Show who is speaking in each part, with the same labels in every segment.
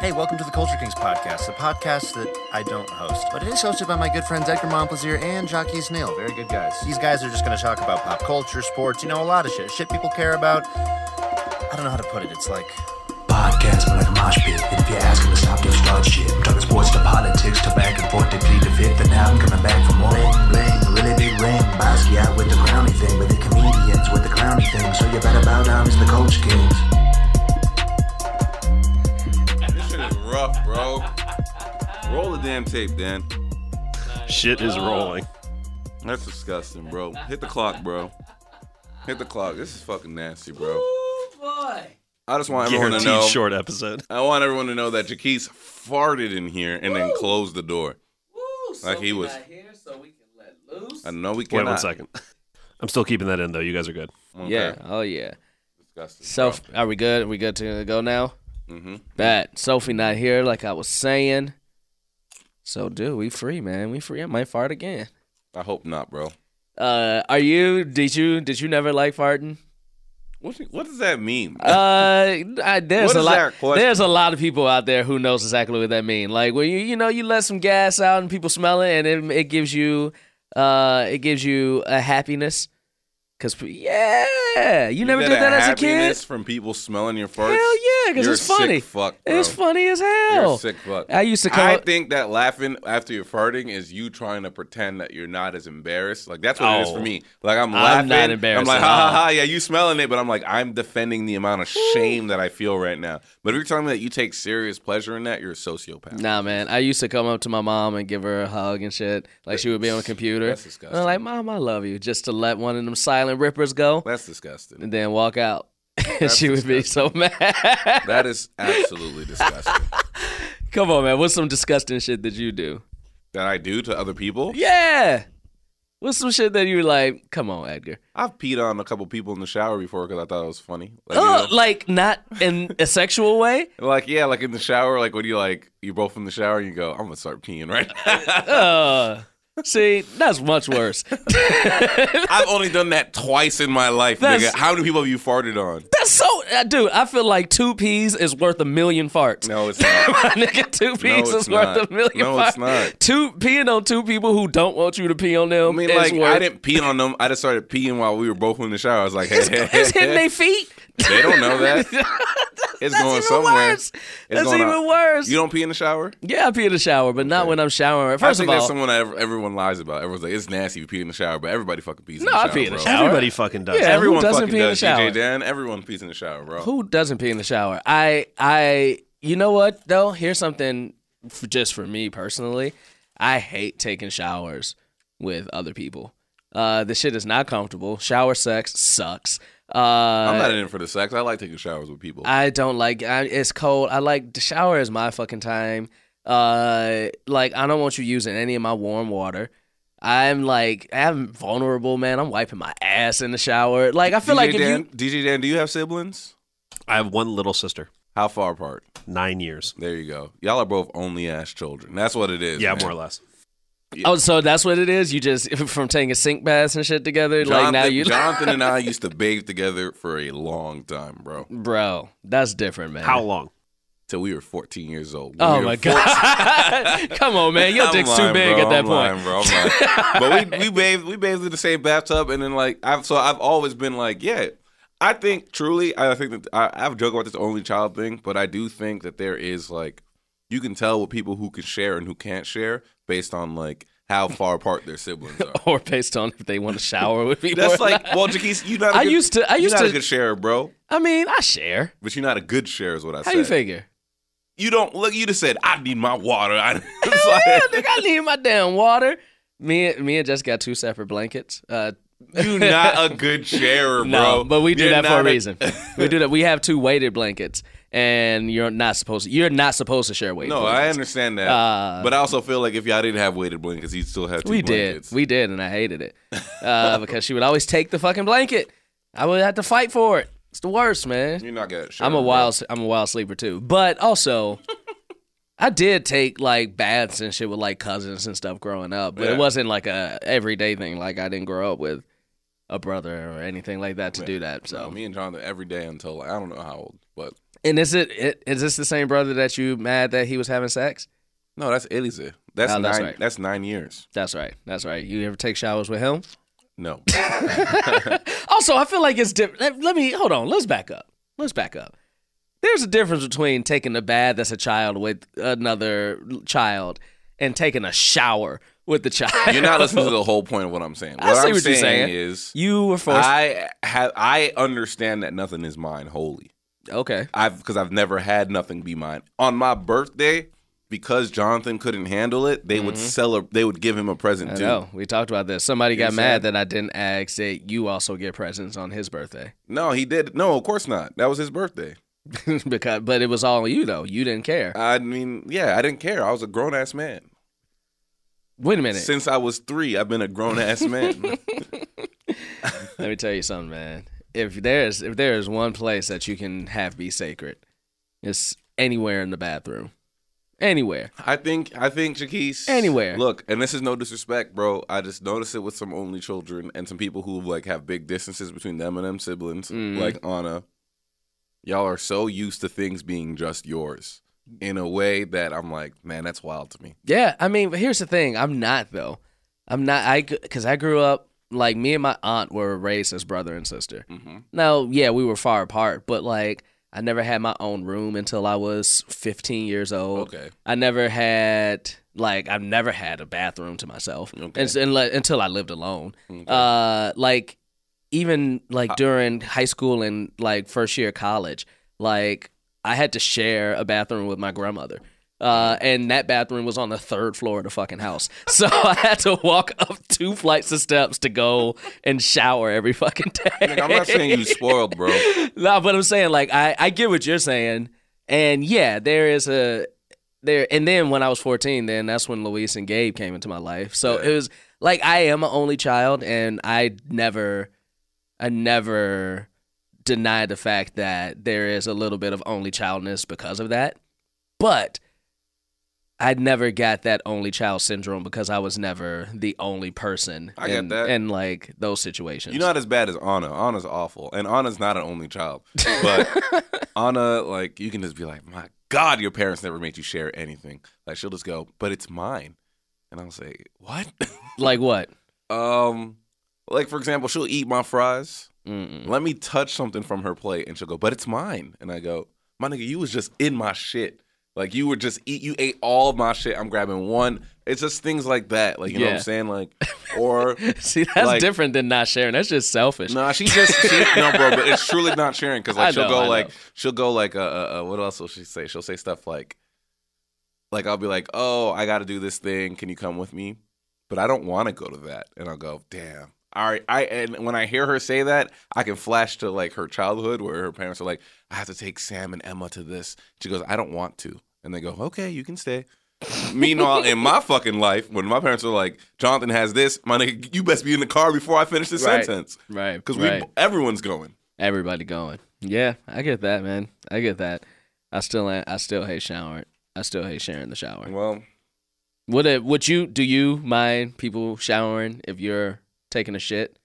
Speaker 1: Hey, welcome to the Culture Kings podcast, the podcast that I don't host, but it is hosted by my good friends Edgar Montplaisir and Jockey Snail. Very good guys. These guys are just going to talk about pop culture, sports, you know, a lot of shit. Shit people care about. I don't know how to put it. It's like
Speaker 2: Podcast but like a mosh pit. And if you ask them to stop, they'll start shit. I'm talking sports to politics to back and forth. They plead the fifth, and now I'm coming back for more. Bling, bling, a really big ring. Basquiat with the crowny thing, but the comedians with the clowny thing. So you better bow down as the coach kings.
Speaker 3: This shit is rough, bro. Roll the damn tape, Dan.
Speaker 4: Shit
Speaker 3: Uh,
Speaker 4: is rolling.
Speaker 3: That's disgusting, bro. Hit the clock, bro. Hit the clock. This is fucking nasty, bro.
Speaker 5: boy.
Speaker 3: I just want everyone to
Speaker 4: Guaranteed
Speaker 3: know.
Speaker 4: short episode.
Speaker 3: I want everyone to know that Jaquise farted in here and then closed the door.
Speaker 5: Woo, so
Speaker 3: Like he
Speaker 5: we
Speaker 3: was-
Speaker 5: Not here, so we can let loose.
Speaker 3: I know we
Speaker 4: Wait
Speaker 3: cannot.
Speaker 4: one second. I'm still keeping that in though. You guys are good.
Speaker 3: Okay.
Speaker 5: Yeah. Oh yeah.
Speaker 3: Disgusting.
Speaker 5: Self, are we good? Are we good to go now?
Speaker 3: Mhm.
Speaker 5: Bet Sophie not here, like I was saying. So, dude, we free, man. We free. I might fart again.
Speaker 3: I hope not, bro.
Speaker 5: Uh, are you? Did you? Did you never like farting?
Speaker 3: What, what does that mean?
Speaker 5: Uh, I, there's
Speaker 3: What
Speaker 5: a
Speaker 3: is
Speaker 5: lot.
Speaker 3: that question?
Speaker 5: There's a lot of people out there who knows exactly what that means. Like when you you know you let some gas out and people smell it and it, it gives you uh it gives you a happiness. Cause p- yeah, you, never
Speaker 3: get
Speaker 5: did that as a
Speaker 3: happiness
Speaker 5: kid.
Speaker 3: from people smelling your farts?
Speaker 5: Hell yeah, cause
Speaker 3: You're
Speaker 5: it's
Speaker 3: a
Speaker 5: funny.
Speaker 3: Sick fuck, bro.
Speaker 5: it's funny as
Speaker 3: You're a
Speaker 5: hell.
Speaker 3: sick fuck.
Speaker 5: I used to come.
Speaker 3: I
Speaker 5: up-
Speaker 3: think that laughing after you're farting is you trying to pretend that you're not as embarrassed. Like that's what it is
Speaker 4: Oh.
Speaker 3: for me. Like I'm
Speaker 5: not
Speaker 3: laughing.
Speaker 5: embarrassed
Speaker 3: I'm like,
Speaker 5: at
Speaker 3: ha ha
Speaker 5: all.
Speaker 3: ha. Yeah, you smelling it, but I'm like, I'm defending the amount of shame that I feel right now. But if you're telling me that you take serious pleasure in that, you're a sociopath.
Speaker 5: Nah, man. I used to come up to my mom and give her a hug and shit. Like she would be on the computer.
Speaker 3: That's disgusting.
Speaker 5: And I'm like, Mom, I love you. Just to let one of them silent rippers go
Speaker 3: That's disgusting.
Speaker 5: and then walk out. And she would be so mad.
Speaker 3: That is absolutely disgusting.
Speaker 5: Come on, man. What's some disgusting shit that you do?
Speaker 3: That I do to other people.
Speaker 5: Yeah. What's some shit that you like? Come on, Edgar.
Speaker 3: I've peed on a couple people in the shower before because I thought it was funny. Like, you
Speaker 5: Oh,
Speaker 3: know?
Speaker 5: like not in a sexual way.
Speaker 3: Like, yeah, like in the shower, like when you like you're both in the shower and you go, I'm gonna start peeing right now.
Speaker 5: Uh, see, that's much worse.
Speaker 3: I've only done that twice in my life,
Speaker 5: That's-
Speaker 3: nigga. How many people have you farted on?
Speaker 5: That's so, uh, dude. I feel like two peas is worth a million farts.
Speaker 3: No, it's not.
Speaker 5: My nigga, two peas
Speaker 3: it's
Speaker 5: is worth
Speaker 3: not.
Speaker 5: a million.
Speaker 3: No,
Speaker 5: farts.
Speaker 3: it's not.
Speaker 5: Two peeing on two people who don't want you to pee on them.
Speaker 3: I mean,
Speaker 5: is
Speaker 3: like
Speaker 5: worth,
Speaker 3: I didn't pee on them. I just started peeing while we were both in the shower. I was like, hey, hey,
Speaker 5: It's hitting
Speaker 3: hey.
Speaker 5: their feet.
Speaker 3: they don't know that. It's
Speaker 5: that's
Speaker 3: going
Speaker 5: even
Speaker 3: somewhere.
Speaker 5: worse.
Speaker 3: It's
Speaker 5: That's
Speaker 3: going
Speaker 5: even
Speaker 3: out.
Speaker 5: worse.
Speaker 3: You don't pee in the shower.
Speaker 5: Yeah, I pee in the shower, but not when I'm showering.
Speaker 3: I
Speaker 5: First
Speaker 3: think
Speaker 5: of
Speaker 3: that's
Speaker 5: all,
Speaker 3: someone that ev- everyone lies about. Everyone's like, it's nasty you pee in the shower, but everybody fucking pees in
Speaker 5: No,
Speaker 3: the shower.
Speaker 5: I pee in the
Speaker 3: bro.
Speaker 5: shower.
Speaker 4: Everybody fucking does.
Speaker 5: Yeah.
Speaker 4: Every-
Speaker 3: Everyone
Speaker 5: Who doesn't
Speaker 3: fucking
Speaker 5: pee in the
Speaker 3: does.
Speaker 5: shower?
Speaker 3: DJ Dan, everyone pees in the shower, bro.
Speaker 5: Who doesn't pee in the shower? I I you know what though? Here's something f just for me personally. I hate taking showers with other people. Uh, the shit is not comfortable. Shower sex sucks. Uh,
Speaker 3: I'm not in it for the sex. I like taking showers with people.
Speaker 5: I don't like. I, it's cold. I like the shower is my fucking time. Uh, like I don't want you using any of my warm water. I'm like I'm vulnerable, man. I'm wiping my ass in the shower. Like I feel
Speaker 3: DJ
Speaker 5: like if
Speaker 3: Dan,
Speaker 5: you
Speaker 3: DJ Dan, do you have siblings?
Speaker 4: I have one little sister,
Speaker 3: How far apart?
Speaker 4: nine years.
Speaker 3: There you go. Y'all are both only ass children. That's what it is.
Speaker 4: Yeah,
Speaker 3: man.
Speaker 4: more or less.
Speaker 5: Oh, so that's what it is. You just from taking sink baths and shit together. like now you,
Speaker 3: Jonathan and I used to bathe together for a long time, bro.
Speaker 5: bro, that's different, man.
Speaker 4: How long?
Speaker 3: Till we were 14 years old. When
Speaker 5: Oh
Speaker 3: we were
Speaker 5: my
Speaker 3: 14
Speaker 5: god! Come on, man, your
Speaker 3: I'm
Speaker 5: dick's
Speaker 3: lying,
Speaker 5: too big
Speaker 3: bro.
Speaker 5: at that
Speaker 3: I'm
Speaker 5: point.
Speaker 3: lying, bro. I'm lying. but we we bathed we bathed in the same bathtub, and then like I've so I've always been like, yeah. I think truly, I think that I, I've joked about this only child thing, but I do think that there is like you can tell what people who can share and who can't share based on like how far apart their siblings are.
Speaker 5: Or based on if they want to shower with me.
Speaker 3: That's
Speaker 5: or
Speaker 3: like,
Speaker 5: not.
Speaker 3: well, Jaquise, you not. a
Speaker 5: I
Speaker 3: good-
Speaker 5: used to- I
Speaker 3: you
Speaker 5: used
Speaker 3: not
Speaker 5: to-
Speaker 3: a good sharer, bro.
Speaker 5: I mean, I share.
Speaker 3: But you're not a good share, is what I
Speaker 5: How
Speaker 3: said.
Speaker 5: you figure?
Speaker 3: You don't look. You just said I need my water. I, it's
Speaker 5: Yeah,
Speaker 3: like,
Speaker 5: nigga, I need my damn water. Me, and me and Jess got two separate blankets. Uh,
Speaker 3: you're not a good sharer, bro.
Speaker 5: No, but we do
Speaker 3: You're
Speaker 5: that for a
Speaker 3: not
Speaker 5: reason. we do that. We have two weighted blankets, and you're not supposed. To, you're not supposed to share weighted.
Speaker 3: No,
Speaker 5: blankets.
Speaker 3: I understand that.
Speaker 5: Uh,
Speaker 3: but I also feel like if y'all didn't have weighted blankets, you'd still have two
Speaker 5: We
Speaker 3: blankets.
Speaker 5: did. We did, and I hated it uh, because she would always take the fucking blanket. I would have to fight for it. It's the worst, man.
Speaker 3: You're not good. At
Speaker 5: I'm a
Speaker 3: sharing,
Speaker 5: wild. I'm a wild sleeper too. But also, I did take like baths and shit with like cousins and stuff growing up. But
Speaker 3: Yeah.
Speaker 5: it wasn't like a everyday thing. Like I didn't grow up with a brother or anything like that to do that.
Speaker 3: bro.
Speaker 5: So
Speaker 3: me and Jonathan every day until I don't know how old, but
Speaker 5: And is it, it is this the same brother that you mad that he was having sex?
Speaker 3: No, that's Eliezer. That's
Speaker 5: Oh,
Speaker 3: nine.
Speaker 5: that's
Speaker 3: That's,
Speaker 5: right.
Speaker 3: nine years.
Speaker 5: That's right. That's right. You ever take showers with him?
Speaker 3: No,
Speaker 5: Also, I feel like it's different. Let, let me hold on. Let's back up. Let's back up. There's a difference between taking a bath as a child with another child and taking a shower with the child.
Speaker 3: you're not listening to the whole point of what I'm saying. What
Speaker 5: I see
Speaker 3: am
Speaker 5: what you're
Speaker 3: saying,
Speaker 5: saying.
Speaker 3: is,
Speaker 5: You were forced.
Speaker 3: I have I understand that nothing is mine wholly.
Speaker 5: okay.
Speaker 3: I've because I've never had nothing be mine. On my birthday, because Jonathan couldn't handle it, they would sell a, they would give him a present
Speaker 5: Mm-hmm. I
Speaker 3: too.
Speaker 5: know. We talked about this. Somebody
Speaker 3: know
Speaker 5: got
Speaker 3: what I'm
Speaker 5: mad that I didn't ask that you also get presents on his birthday.
Speaker 3: No, he did. No, of course not. That was his birthday.
Speaker 5: because but it was all you though. You didn't care.
Speaker 3: I mean, yeah, I didn't care. I was a grown ass man.
Speaker 5: Wait a minute.
Speaker 3: Since I was three, I've been a grown ass man.
Speaker 5: Let me tell you something, man. If there's if there is one place that you can have be sacred, it's anywhere in the bathroom. Anywhere.
Speaker 3: I think I think Jaquise.
Speaker 5: Anywhere.
Speaker 3: Look, and this is no disrespect, bro. I just noticed it with some only children and some people who like have big distances between them and them siblings,
Speaker 5: Mm.
Speaker 3: like Anna. Y'all are so used to things being just yours in a way that I'm like, man, that's wild to me.
Speaker 5: Yeah, I mean, but here's the thing. I'm not though. I'm not. I because I grew up like me and my aunt were raised as brother and sister. Now, yeah, we were far apart, but like I never had my own room until I was 15 years old.
Speaker 3: Okay.
Speaker 5: I never had like I've never had a bathroom to myself
Speaker 3: Okay.
Speaker 5: And- and le- until I lived alone.
Speaker 3: Okay. Uh,
Speaker 5: Uh, like even like during high school and like first year of college, like I had to share a bathroom with my grandmother.
Speaker 3: Mm.
Speaker 5: Uh, and that bathroom was on the third floor of the fucking house. So I had to walk up two flights of steps to go and shower every fucking day.
Speaker 3: Like, I'm not saying you spoiled, bro.
Speaker 5: no, but I'm saying like I, I get what you're saying, and yeah, there is a there. And then when I was 14, then that's when Luis and Gabe came into my life. So it was like I am an only child, and I never, I never denied the fact that there is a little bit of only childness because of that, but. I never got that only child syndrome because I was never the only person
Speaker 3: I get
Speaker 5: in,
Speaker 3: that.
Speaker 5: in like those situations.
Speaker 3: You're not as bad as Anna. Anna's awful, and Anna's not an only child. But Anna, like, you can just be like, "My God, your parents never made you share anything." Like, she'll just go, "But it's mine," and I'll say, "What?"
Speaker 5: like what?
Speaker 3: um, like for example, she'll eat my fries.
Speaker 5: Mm-mm.
Speaker 3: Let me touch something from her plate, and she'll go, "But it's mine," and I go, "My nigga, you was just in my shit." Like you were just eat, you ate all of my shit. I'm grabbing one. It's just things like that. Like you know what
Speaker 5: Yeah.
Speaker 3: I'm saying? Like, or
Speaker 5: See, that's
Speaker 3: Like-
Speaker 5: different than not sharing. That's just selfish.
Speaker 3: No, she just she, no, bro. But it's truly not sharing because
Speaker 5: I
Speaker 3: like she'll
Speaker 5: know,
Speaker 3: go
Speaker 5: I
Speaker 3: like
Speaker 5: know.
Speaker 3: she'll go like uh, uh, uh what else will she say? She'll say stuff like like I'll be like oh I got to do this thing. Can you come with me? But I don't want to go to that. And I'll go damn. All right, I and when I hear her say that, I can flash to like her childhood where her parents are like, "I have to take Sam and Emma to this." She goes, "I don't want to," and they go, "Okay, you can stay." Meanwhile, in my fucking life, when my parents are like, "Jonathan has this," my nigga, you best be in the car before I finish this
Speaker 5: Right.
Speaker 3: sentence
Speaker 5: Right.
Speaker 3: because
Speaker 5: right.
Speaker 3: we everyone's going.
Speaker 5: everybody going. Yeah, I get that, man. I get that. I still ain't- I still hate showering. I still hate sharing the shower.
Speaker 3: Well,
Speaker 5: Would it would you do you mind people showering if you're taking a shit?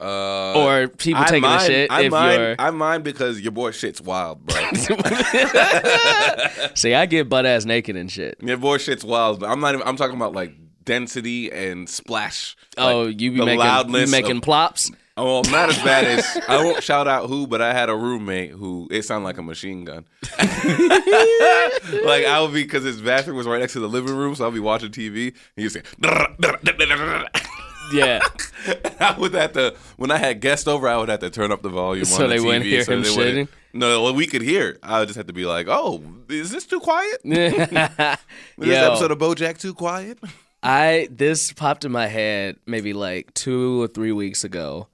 Speaker 3: uh,
Speaker 5: or people
Speaker 3: I
Speaker 5: taking
Speaker 3: mind,
Speaker 5: a shit
Speaker 3: I
Speaker 5: if
Speaker 3: mind,
Speaker 5: you're
Speaker 3: I mind because your boy shit's wild, bro.
Speaker 5: See, I get butt ass naked and shit.
Speaker 3: your boy shit's wild. But I'm not. Even, I'm talking about like density and splash.
Speaker 5: oh,
Speaker 3: Like,
Speaker 5: you be
Speaker 3: the
Speaker 5: making you
Speaker 3: loudness
Speaker 5: making
Speaker 3: of-
Speaker 5: plops?
Speaker 3: Oh, well, not as bad as I won't shout out who, but I had a roommate who it sounded like a machine gun. like I would be because his bathroom was right next to the living room, so I'll be watching TV and you say.
Speaker 5: Yeah.
Speaker 3: I would have to when I had guests over, I would have to turn up the volume
Speaker 5: So
Speaker 3: on the
Speaker 5: they
Speaker 3: TV
Speaker 5: wouldn't hear
Speaker 3: so
Speaker 5: him
Speaker 3: they wouldn't-
Speaker 5: shitting?
Speaker 3: No, well, we could hear. I would just have to be like, "Oh, is this too quiet? Is this
Speaker 5: Yo.
Speaker 3: episode of BoJack too quiet?"
Speaker 5: I this popped in my head maybe like two or three weeks ago,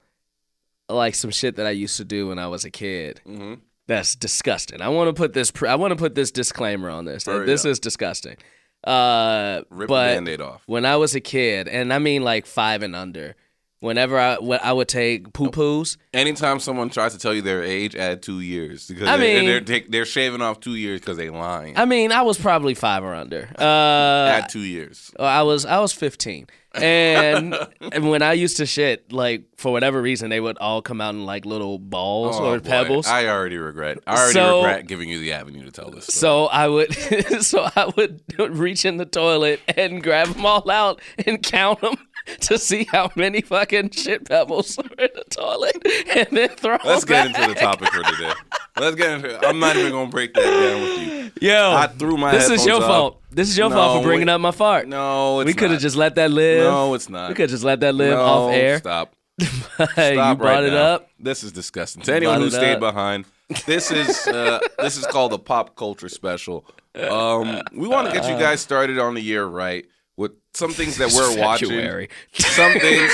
Speaker 5: like some shit that I used to do when I was a kid.
Speaker 3: Mm-hmm.
Speaker 5: That's disgusting. I want to put this. Pr- I want to put this disclaimer on this. that
Speaker 3: Hurry
Speaker 5: this
Speaker 3: up.
Speaker 5: is disgusting. Uh,
Speaker 3: Rip
Speaker 5: but
Speaker 3: the Band-Aid off.
Speaker 5: when I was a kid, and I mean like five and under, Whenever I when I would take poo poos,
Speaker 3: Anytime someone tries to tell you their age, add two years because
Speaker 5: I
Speaker 3: they're,
Speaker 5: mean-
Speaker 3: they're, they're, they're shaving off two years because they lying.
Speaker 5: I mean I was probably five or under. Uh,
Speaker 3: add two years.
Speaker 5: Well, Uh, I was I was 15, and and when I used to shit, like for whatever reason, they would all come out in like little balls
Speaker 3: Oh,
Speaker 5: or
Speaker 3: boy.
Speaker 5: pebbles.
Speaker 3: I already regret. I already
Speaker 5: So-
Speaker 3: regret giving you the avenue to tell this. story.
Speaker 5: so I would, so I would reach in the toilet and grab them all out and count them to see how many fucking shit pebbles were in the toilet, and then throw.
Speaker 3: Let's
Speaker 5: them
Speaker 3: get
Speaker 5: back.
Speaker 3: into the topic for today. Let's get into. it. I'm not even gonna break that down with you.
Speaker 5: Yo,
Speaker 3: I threw my.
Speaker 5: this is
Speaker 3: headphones
Speaker 5: your
Speaker 3: off.
Speaker 5: fault. This is your
Speaker 3: No,
Speaker 5: fault for bringing
Speaker 3: we-
Speaker 5: up my fart.
Speaker 3: No, it's
Speaker 5: we could have
Speaker 3: not.
Speaker 5: just let that live.
Speaker 3: No, it's not.
Speaker 5: we could have just let that live
Speaker 3: No,
Speaker 5: off air.
Speaker 3: Stop.
Speaker 5: Hey,
Speaker 3: Stop
Speaker 5: you brought
Speaker 3: right
Speaker 5: it
Speaker 3: now.
Speaker 5: up.
Speaker 3: This is disgusting. To anyone
Speaker 5: Brought
Speaker 3: who
Speaker 5: it
Speaker 3: stayed
Speaker 5: up.
Speaker 3: behind, this is uh, this is called a pop culture special. Um, we want to get you guys started on the year right with some things that we're watching.
Speaker 5: February.
Speaker 3: Some things.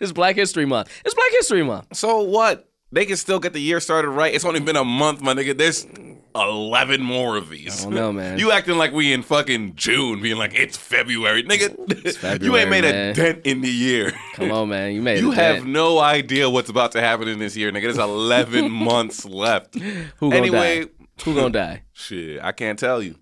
Speaker 5: It's Black History Month. It's Black History Month.
Speaker 3: So what? They can still get the year started right. It's only been a month, my nigga. There's eleven more of these.
Speaker 5: don't know, man.
Speaker 3: you acting like we in fucking June, being like it's February, nigga. you
Speaker 5: February,
Speaker 3: ain't made
Speaker 5: man.
Speaker 3: a dent in the year.
Speaker 5: Come on, man. You made
Speaker 3: You
Speaker 5: it.
Speaker 3: have
Speaker 5: man.
Speaker 3: no idea what's about to happen in this year, nigga. There's 11 months left.
Speaker 5: who gonna
Speaker 3: Anyway,
Speaker 5: die? Who gonna die?
Speaker 3: shit, I can't tell you.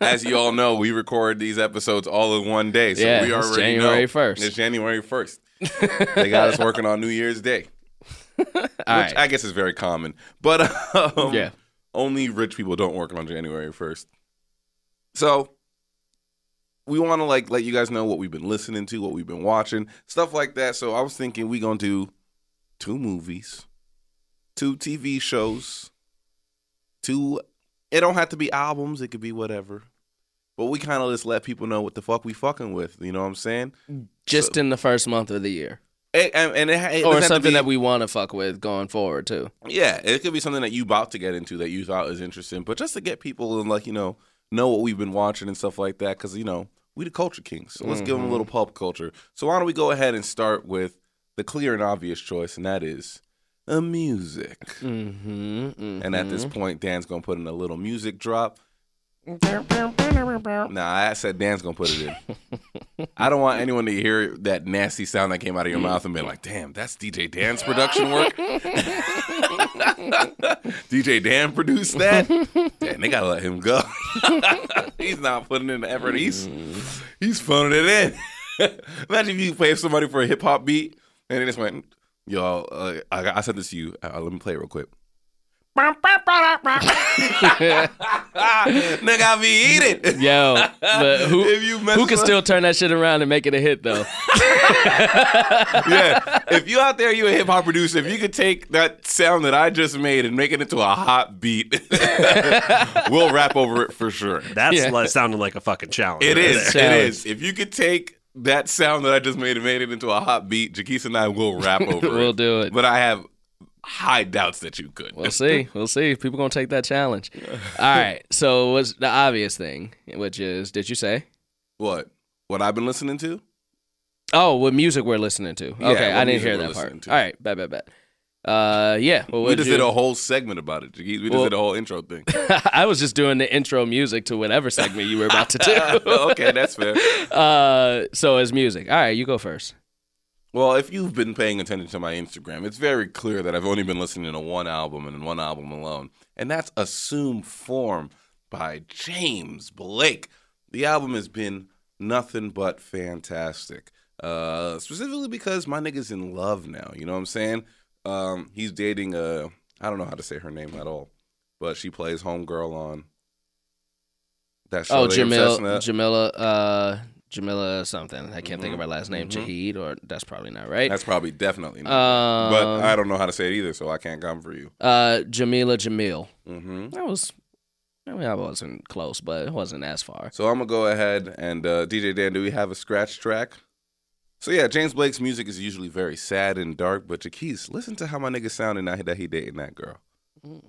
Speaker 3: As you all know, we record these episodes all in one day, so
Speaker 5: Yeah,
Speaker 3: we
Speaker 5: it's
Speaker 3: already
Speaker 5: January
Speaker 3: know
Speaker 5: 1st.
Speaker 3: It's January 1st. they got us working on New Year's Day,
Speaker 5: All
Speaker 3: which
Speaker 5: right.
Speaker 3: I guess is very common. But um,
Speaker 5: Yeah.
Speaker 3: only rich people don't work on January 1st. So we want to like let you guys know what we've been listening to, what we've been watching, stuff like that. So I was thinking we going to do two movies, two TV shows, two it don't have to be albums, it could be whatever. But we kind of just let people know what the fuck we fucking with, you know what I'm saying?
Speaker 5: Just in the first month of the year,
Speaker 3: It- and, and it, ha- it doesn't
Speaker 5: or
Speaker 3: have to
Speaker 5: something
Speaker 3: be-
Speaker 5: that we want to fuck with going forward too.
Speaker 3: Yeah, it could be something that you about to get into that you thought was interesting, but just to get people and like you know know what we've been watching and stuff like that, because you know we the culture kings, so let's give them a
Speaker 5: Mm-hmm.
Speaker 3: little pulp culture. So why don't we go ahead and start with the clear and obvious choice, and that is a music.
Speaker 5: Mm-hmm.
Speaker 3: And at this point, Dan's gonna put in a little music drop. Nah, I said Dan's gonna put it in. I don't want anyone to hear that nasty sound that came out of your mouth and be like, "Damn, that's DJ Dan's production work." DJ Dan produced that. Damn, they gotta let him go. he's not putting in the effort. He's he's phoning it in. Imagine if you pay somebody for a hip hop beat and they just went, "Yo, uh, I, I sent this to you. Uh, let me play it real quick." Nigga, I be eating.
Speaker 5: Yo, but who
Speaker 3: If you mess
Speaker 5: who can
Speaker 3: up-
Speaker 5: still turn that shit around and make it a hit though?
Speaker 3: yeah. If you out there, you a hip hop producer. If you could take that sound that I just made and make it into a hot beat, we'll rap over it for sure.
Speaker 4: That's
Speaker 5: Yeah.
Speaker 4: like, sounding like a fucking challenge.
Speaker 3: It
Speaker 4: right
Speaker 3: is.
Speaker 5: Challenge.
Speaker 3: It is. If you could take that sound that I just made and made it into a hot beat, Jaquise and I will rap over it.
Speaker 5: We'll do it.
Speaker 3: But I have high doubts that you could.
Speaker 5: We'll see. We'll see. People gonna take that challenge. All right. So what's the obvious thing? Which is, did you say?
Speaker 3: What? What I've been listening to?
Speaker 5: Oh, what music we're listening to?
Speaker 3: Yeah,
Speaker 5: Okay, I
Speaker 3: what
Speaker 5: didn't
Speaker 3: music
Speaker 5: hear
Speaker 3: we're
Speaker 5: that
Speaker 3: listening
Speaker 5: part.
Speaker 3: to.
Speaker 5: All right, bet, bet, bet. Uh, yeah. Well,
Speaker 3: we
Speaker 5: what'd
Speaker 3: just
Speaker 5: you-
Speaker 3: did a whole segment about it, Jaquise. We just
Speaker 5: Well-
Speaker 3: did a whole intro thing.
Speaker 5: I was just doing the intro music to whatever segment you were about to do.
Speaker 3: okay, that's fair.
Speaker 5: uh, so it's music. All right, you go first.
Speaker 3: Well, if you've been paying attention to my Instagram, it's very clear that I've only been listening to one album and one album alone, and that's Assume Form by James Blake. The album has been nothing but fantastic, uh, specifically because my nigga's in love now. You know what I'm saying? Um, he's dating a, I don't know how to say her name at all, but she plays Homegirl on that show.
Speaker 5: oh,
Speaker 3: they
Speaker 5: Jamil,
Speaker 3: obsessing that- Mm-hmm.
Speaker 5: Jamila, uh, Jamila something. I can't think of her last name. Jahid, or that's probably not right.
Speaker 3: That's probably definitely not.
Speaker 5: um,
Speaker 3: but I don't know how to say it either, so I can't come for you.
Speaker 5: uh, Jamila Jamil.
Speaker 3: hmm
Speaker 5: That was. I mean, I wasn't close, but it wasn't as far.
Speaker 3: So I'm gonna go ahead and uh, DJ Dan. Do we have a scratch track? So yeah, James Blake's music is usually very sad and dark, but Jaquise, listen to how my nigga sounding now that he dating that girl. Oop.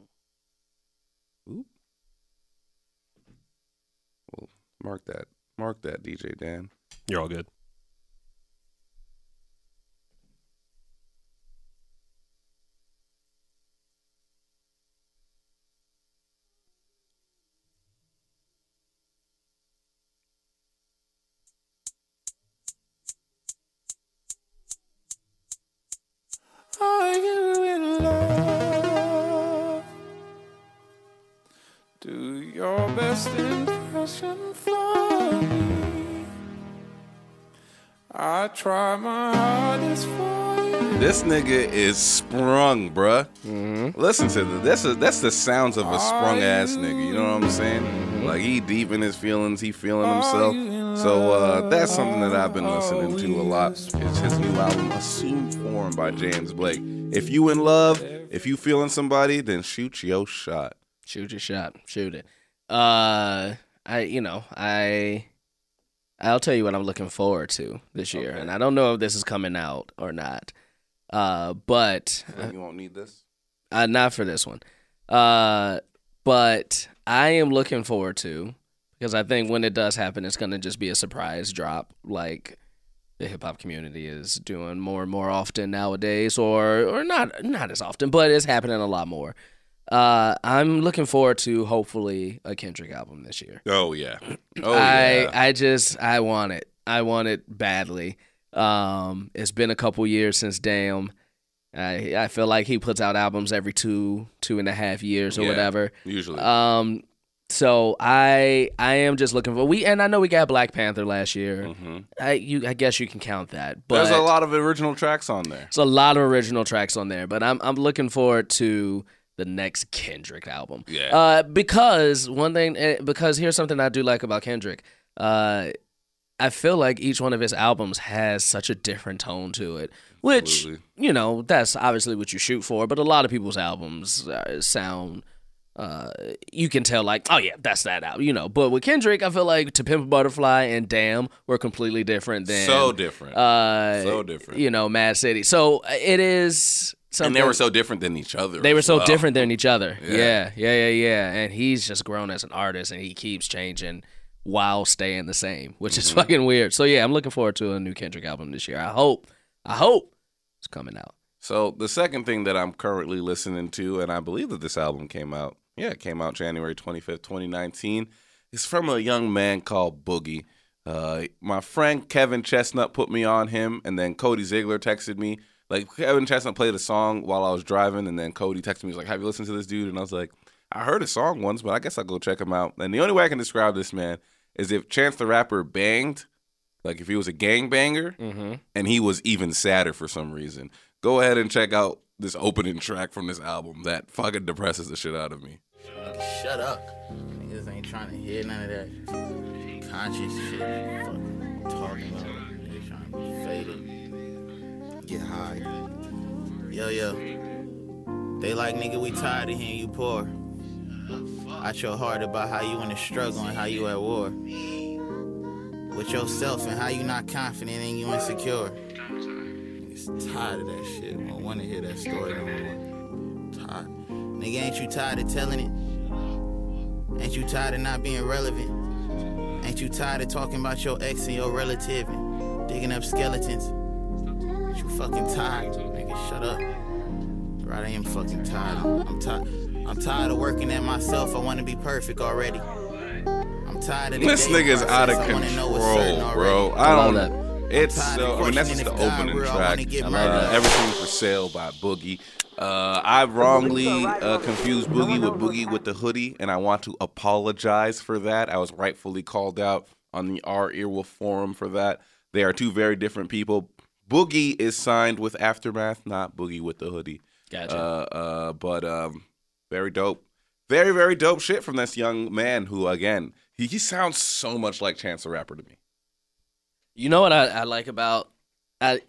Speaker 3: Well, mark that, mark that, DJ Dan.
Speaker 4: You're all good.
Speaker 3: first impression for me. I try my hardest for you. This nigga is sprung, bruh. Listen to this. That's, a, that's the sounds of a sprung ass nigga. Mm-hmm. You Mm-hmm. know what I'm saying? Like he deep in his feelings. He feeling himself. So uh, that's something that I've been listening to a lot. It's his new album, Assumed Form by James Blake. If you in love, if you feeling somebody, then shoot your shot.
Speaker 5: Shoot your shot. Shoot it. Uh, I you know I I'll tell you what I'm looking forward to this year, and I don't know if this is coming out or not. Uh, but
Speaker 3: Then You won't need this.
Speaker 5: uh, not for this one. Uh, but I am looking forward to because I think when it does happen, it's going to just be a surprise drop, like the hip hop community is doing more and more often nowadays, or or not not as often, but it's happening a lot more. Uh, I'm looking forward to hopefully a Kendrick album this year.
Speaker 3: Oh yeah. Oh
Speaker 5: I
Speaker 3: yeah.
Speaker 5: I just I want it. I want it badly. Um, it's been a couple years since Damn. I I feel like he puts out albums every two two and a half years or
Speaker 3: Yeah.
Speaker 5: whatever.
Speaker 3: Usually.
Speaker 5: Um, so I I am just looking for we and I know we got Black Panther last year.
Speaker 3: Mm-hmm.
Speaker 5: I you I guess you can count that. But
Speaker 3: Mm. There's a lot of original tracks on there.
Speaker 5: It's a lot of original tracks on there, but I'm I'm looking forward to the next Kendrick album.
Speaker 3: Yeah.
Speaker 5: Uh, because one thing, eh, because here's something I do like about Kendrick. Uh, I feel like each one of his albums has such a different tone to it, which
Speaker 3: Absolutely.
Speaker 5: you know that's obviously what you shoot for. But a lot of people's albums uh, sound. Uh, you can tell like, oh yeah, that's that album, you know. But with Kendrick, I feel like "To Pimp a Butterfly" and "Damn" were completely different than
Speaker 3: so different.
Speaker 5: uh,
Speaker 3: So different.
Speaker 5: You know, Mad City. So uh, it is
Speaker 3: and
Speaker 5: something.
Speaker 3: they were so different than each other.
Speaker 5: they were
Speaker 3: as
Speaker 5: so
Speaker 3: well.
Speaker 5: different than each other.
Speaker 3: Yeah.
Speaker 5: Yeah. yeah, yeah, yeah. And he's just grown as an artist, and he keeps changing while staying the same, which is
Speaker 3: Mm-hmm.
Speaker 5: fucking weird. So yeah, I'm looking forward to a new Kendrick album this year. I hope, I hope it's coming out.
Speaker 3: So the second thing that I'm currently listening to, and I believe that this album came out, yeah, it came out January 25th, 2019, is from a young man called Boogie. Uh, my friend Kevin Chestnut put me on him, and then Cody Ziegler texted me. Like Kevin Chestnut played a song while I was driving, and then Cody texted me, he was like, "Have you listened to this dude?" And I was like, "I heard a song once, but I guess I'll go check him out." And the only way I can describe this man is if Chance the Rapper banged, like if he was a gangbanger, and he was even sadder for some reason. Go ahead and check out this opening track from this album that fucking depresses the shit out of me.
Speaker 6: Shut up. Niggas ain't trying to hear none of that conscious shit. Fucking talking about niggas trying to be faded. Get high. Yo, yo. They like, nigga, we tired of hearing you pour. Out your heart about how you in the struggle and how you at war. With yourself and how you not confident and you insecure. Niggas tired of that shit. I don't want to hear that story no more. Tired. Nigga, ain't you tired of telling it? Ain't you tired of not being relevant? Ain't you tired of talking about your ex and your relative and digging up skeletons? Ain't you fucking tired? Nigga, shut up. Right, I am fucking tired. I'm, I'm tired. I'm tired of working at myself. I want to be perfect already. I'm tired of the
Speaker 3: This
Speaker 6: dating
Speaker 3: nigga's out of
Speaker 6: process. I wanna know
Speaker 3: control,
Speaker 6: what's certain
Speaker 3: bro.
Speaker 6: already.
Speaker 3: I
Speaker 5: love
Speaker 3: don't. It's
Speaker 6: I'm tired
Speaker 3: so.
Speaker 6: of
Speaker 3: I mean, that's just the
Speaker 6: questioning if God
Speaker 3: opening
Speaker 6: real, I
Speaker 3: track.
Speaker 6: wanna get
Speaker 3: Uh,
Speaker 6: murdered.
Speaker 3: Everything for Sale by Boogie. Uh, I wrongly uh, confused Boogie with Boogie with the hoodie, and I want to apologize for that. I was rightfully called out on the R Earwolf forum for that. They are two very different people. Boogie is signed with Aftermath, not Boogie with the hoodie.
Speaker 5: Gotcha.
Speaker 3: Uh, uh, but um, very dope. Very, very dope shit from this young man who, again, he, he sounds so much like Chance the Rapper to me.
Speaker 5: You know what I, I like about I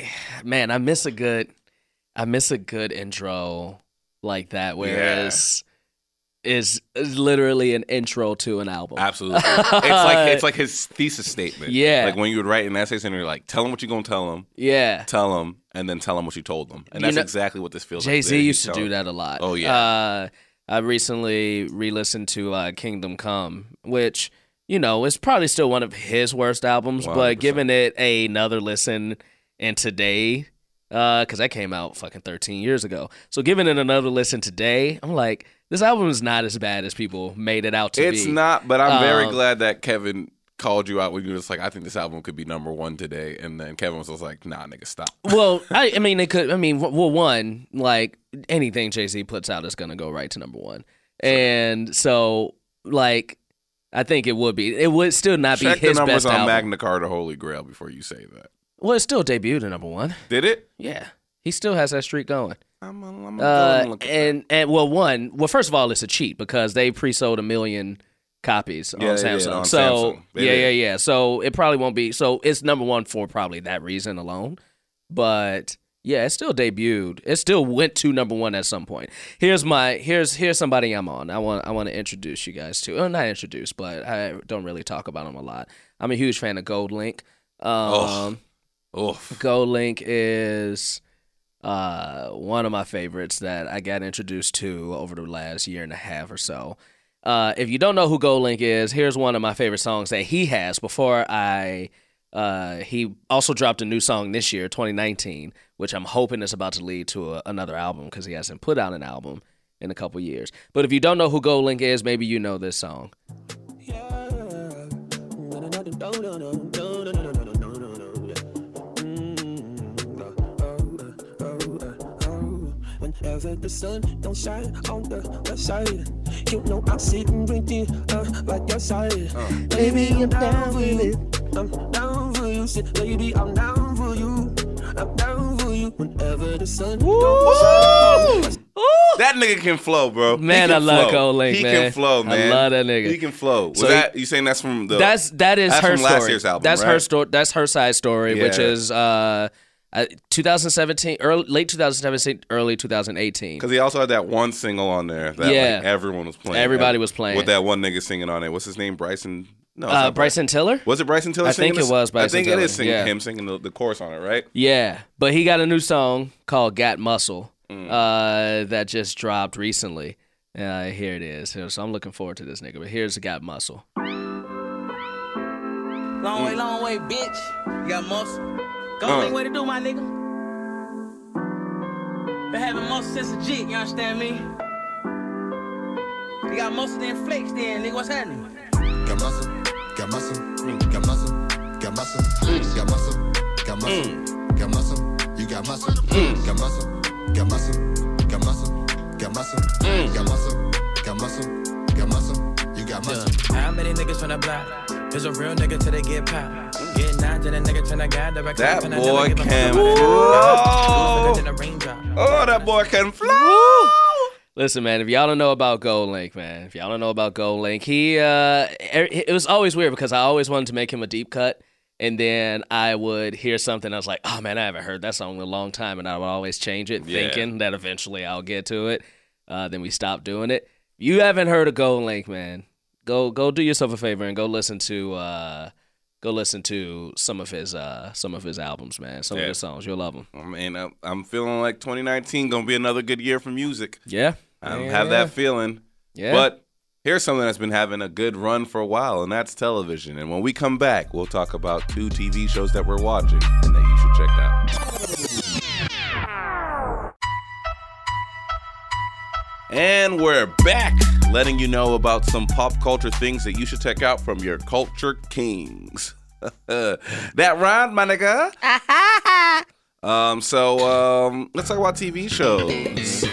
Speaker 5: man, I miss a good I miss a good intro like that where
Speaker 3: Yeah.
Speaker 5: it's is literally an intro to an album.
Speaker 3: Absolutely. it's like it's like his thesis statement.
Speaker 5: Yeah.
Speaker 3: Like when you would write an essay and you're like, tell him what you're gonna tell him,
Speaker 5: yeah.
Speaker 3: tell him, and then tell him what you told them. And
Speaker 5: You
Speaker 3: that's
Speaker 5: know,
Speaker 3: exactly what this feels like.
Speaker 5: Jay Z
Speaker 3: There, he's
Speaker 5: used to do
Speaker 3: telling-
Speaker 5: that a lot.
Speaker 3: Oh, yeah.
Speaker 5: Uh, I recently re-listened to uh, Kingdom Come, which you know is probably still one of his worst albums, but
Speaker 3: 100%.
Speaker 5: giving it another listen and today, because that came out fucking 13 years ago, so giving it another listen today, I'm like, this album is not as bad as people made it out to
Speaker 3: It's
Speaker 5: be.
Speaker 3: not, but I'm very
Speaker 5: Um,
Speaker 3: glad that Kevin called you out when you were just like, I think this album could be number one today. And then Kevin was just like, nah, nigga, stop.
Speaker 5: well, I, I mean, it could. I mean, w- well, one, like anything Jay Z puts out is gonna go right to number one, and so like I think it would be. It would still not
Speaker 3: Check
Speaker 5: be
Speaker 3: the
Speaker 5: his
Speaker 3: numbers
Speaker 5: best
Speaker 3: on
Speaker 5: album.
Speaker 3: Magna Carta Holy Grail before you say that.
Speaker 5: well, it still debuted at number one.
Speaker 3: Did it?
Speaker 5: Yeah, he still has that streak going.
Speaker 3: I'm, I'm, I'm
Speaker 5: Uh,
Speaker 3: gonna look at that.
Speaker 5: and and well, one, well, first of all, it's a cheat because they pre-sold a million copies on
Speaker 3: Yeah, they did,
Speaker 5: Samsung.
Speaker 3: on
Speaker 5: so
Speaker 3: Samsung. They
Speaker 5: yeah,
Speaker 3: did.
Speaker 5: yeah, yeah. So it probably won't be. So it's number one for probably that reason alone. But yeah, it still debuted. It still went to number one at some point. Here's my here's here's somebody I'm on. I want I want to introduce you guys to. Well, not introduce, but I don't really talk about them a lot. I'm a huge fan of Gold Link. Um,
Speaker 3: Oh. Oof.
Speaker 5: Go Link is uh, one of my favorites that I got introduced to over the last year and a half or so. Uh, if you don't know who Go Link is, here's one of my favorite songs that he has. Before I, uh, he also dropped a new song this year, 2019, which I'm hoping is about to lead to a, another album because he hasn't put out an album in a couple years. But if you don't know who Go Link is, maybe you know this song.
Speaker 7: Whenever the sun don't shine on the west side, you know I'm sitting drinking uh, like your side. Baby, I'm down for it. I'm down for you. Said, baby, I'm down for you. I'm down for you. Whenever the sun don't shine.
Speaker 3: That nigga can flow, bro. He
Speaker 5: Man,
Speaker 3: can
Speaker 5: I love
Speaker 3: flow.
Speaker 5: Gold Link,
Speaker 3: He
Speaker 5: man.
Speaker 3: can flow,
Speaker 5: I
Speaker 3: man.
Speaker 5: love that nigga.
Speaker 3: He can flow. Was
Speaker 5: So he-
Speaker 3: that you saying that's from the?
Speaker 5: That's that is
Speaker 3: That's
Speaker 5: her
Speaker 3: from
Speaker 5: story.
Speaker 3: last year's album,
Speaker 5: That's her
Speaker 3: right?
Speaker 5: story. That's her side story, which
Speaker 3: Yeah.
Speaker 5: is uh, uh, 2017, early late 2017, early 2018.
Speaker 3: because he also had that one single on there that
Speaker 5: Yeah.
Speaker 3: like everyone was playing.
Speaker 5: Everybody
Speaker 3: Ev-
Speaker 5: was playing.
Speaker 3: with that one nigga singing on it. What's his name? Bryson. No, it's
Speaker 5: Uh,
Speaker 3: not Bryson.
Speaker 5: Bryson Tiller.
Speaker 3: Was it Bryson Tiller?
Speaker 5: I
Speaker 3: singing
Speaker 5: think it
Speaker 3: this?
Speaker 5: was
Speaker 3: I think it
Speaker 5: Bryson
Speaker 3: is
Speaker 5: Tiller,
Speaker 3: singing
Speaker 5: yeah.
Speaker 3: him singing the, the chorus on it, right?
Speaker 5: Yeah, but he got a new song called "Got Muscle"
Speaker 3: Mm.
Speaker 5: uh, that just dropped recently. Uh, here it is. Here- So I'm looking forward to this nigga. But here's "Got Muscle."
Speaker 8: Long way, long way, bitch. You got muscle. Go
Speaker 3: Uh.
Speaker 8: uh. way to do, my nigga. Been having muscle since a jit, you understand me? You got muscle then flakes then, nigga, what's happening?
Speaker 9: Got muscle, got muscle, got muscle, got muscle, got muscle, got muscle, got muscle, you got muscle, got muscle, got muscle, got muscle, got muscle, got muscle, got muscle, got muscle, you got muscle.
Speaker 8: How many niggas from the block? There's a real nigga till they get popped. Get knocked and a nigga turn a guy direct.
Speaker 3: That
Speaker 8: and I never
Speaker 3: boy
Speaker 8: give a
Speaker 3: can
Speaker 8: fuck. Bigger
Speaker 3: flow.
Speaker 8: than a raindrop.
Speaker 3: Oh, that boy can flow.
Speaker 5: Listen, man, if y'all don't know about Gold Link, man, if y'all don't know about Gold Link, he uh er- it was always weird because I always wanted to make him a deep cut. And then I would hear something, I was like, oh man, I haven't heard that song in a long time. And I would always change it,
Speaker 3: Yeah.
Speaker 5: thinking that eventually I'll get to it. Uh, then we stopped doing it. If you haven't heard of Gold Link, man, go go do yourself a favor and go listen to uh go listen to some of his uh some of his albums, man. Some
Speaker 3: Yeah.
Speaker 5: of his songs. You'll love them.
Speaker 3: I mean, I'm, I'm feeling like 2019 gonna be another good year for music.
Speaker 5: Yeah.
Speaker 3: I
Speaker 5: Yeah,
Speaker 3: have
Speaker 5: yeah.
Speaker 3: that feeling.
Speaker 5: Yeah.
Speaker 3: But here's something that's been having a good run for a while, and that's television. And when we come back, we'll talk about two TV shows that we're watching and that you should check out. And we're back, letting you know about some pop culture things that you should check out from your culture kings. that rhymed, my nigga. um, so um, let's talk about TV
Speaker 5: Mm-hmm,
Speaker 3: shows.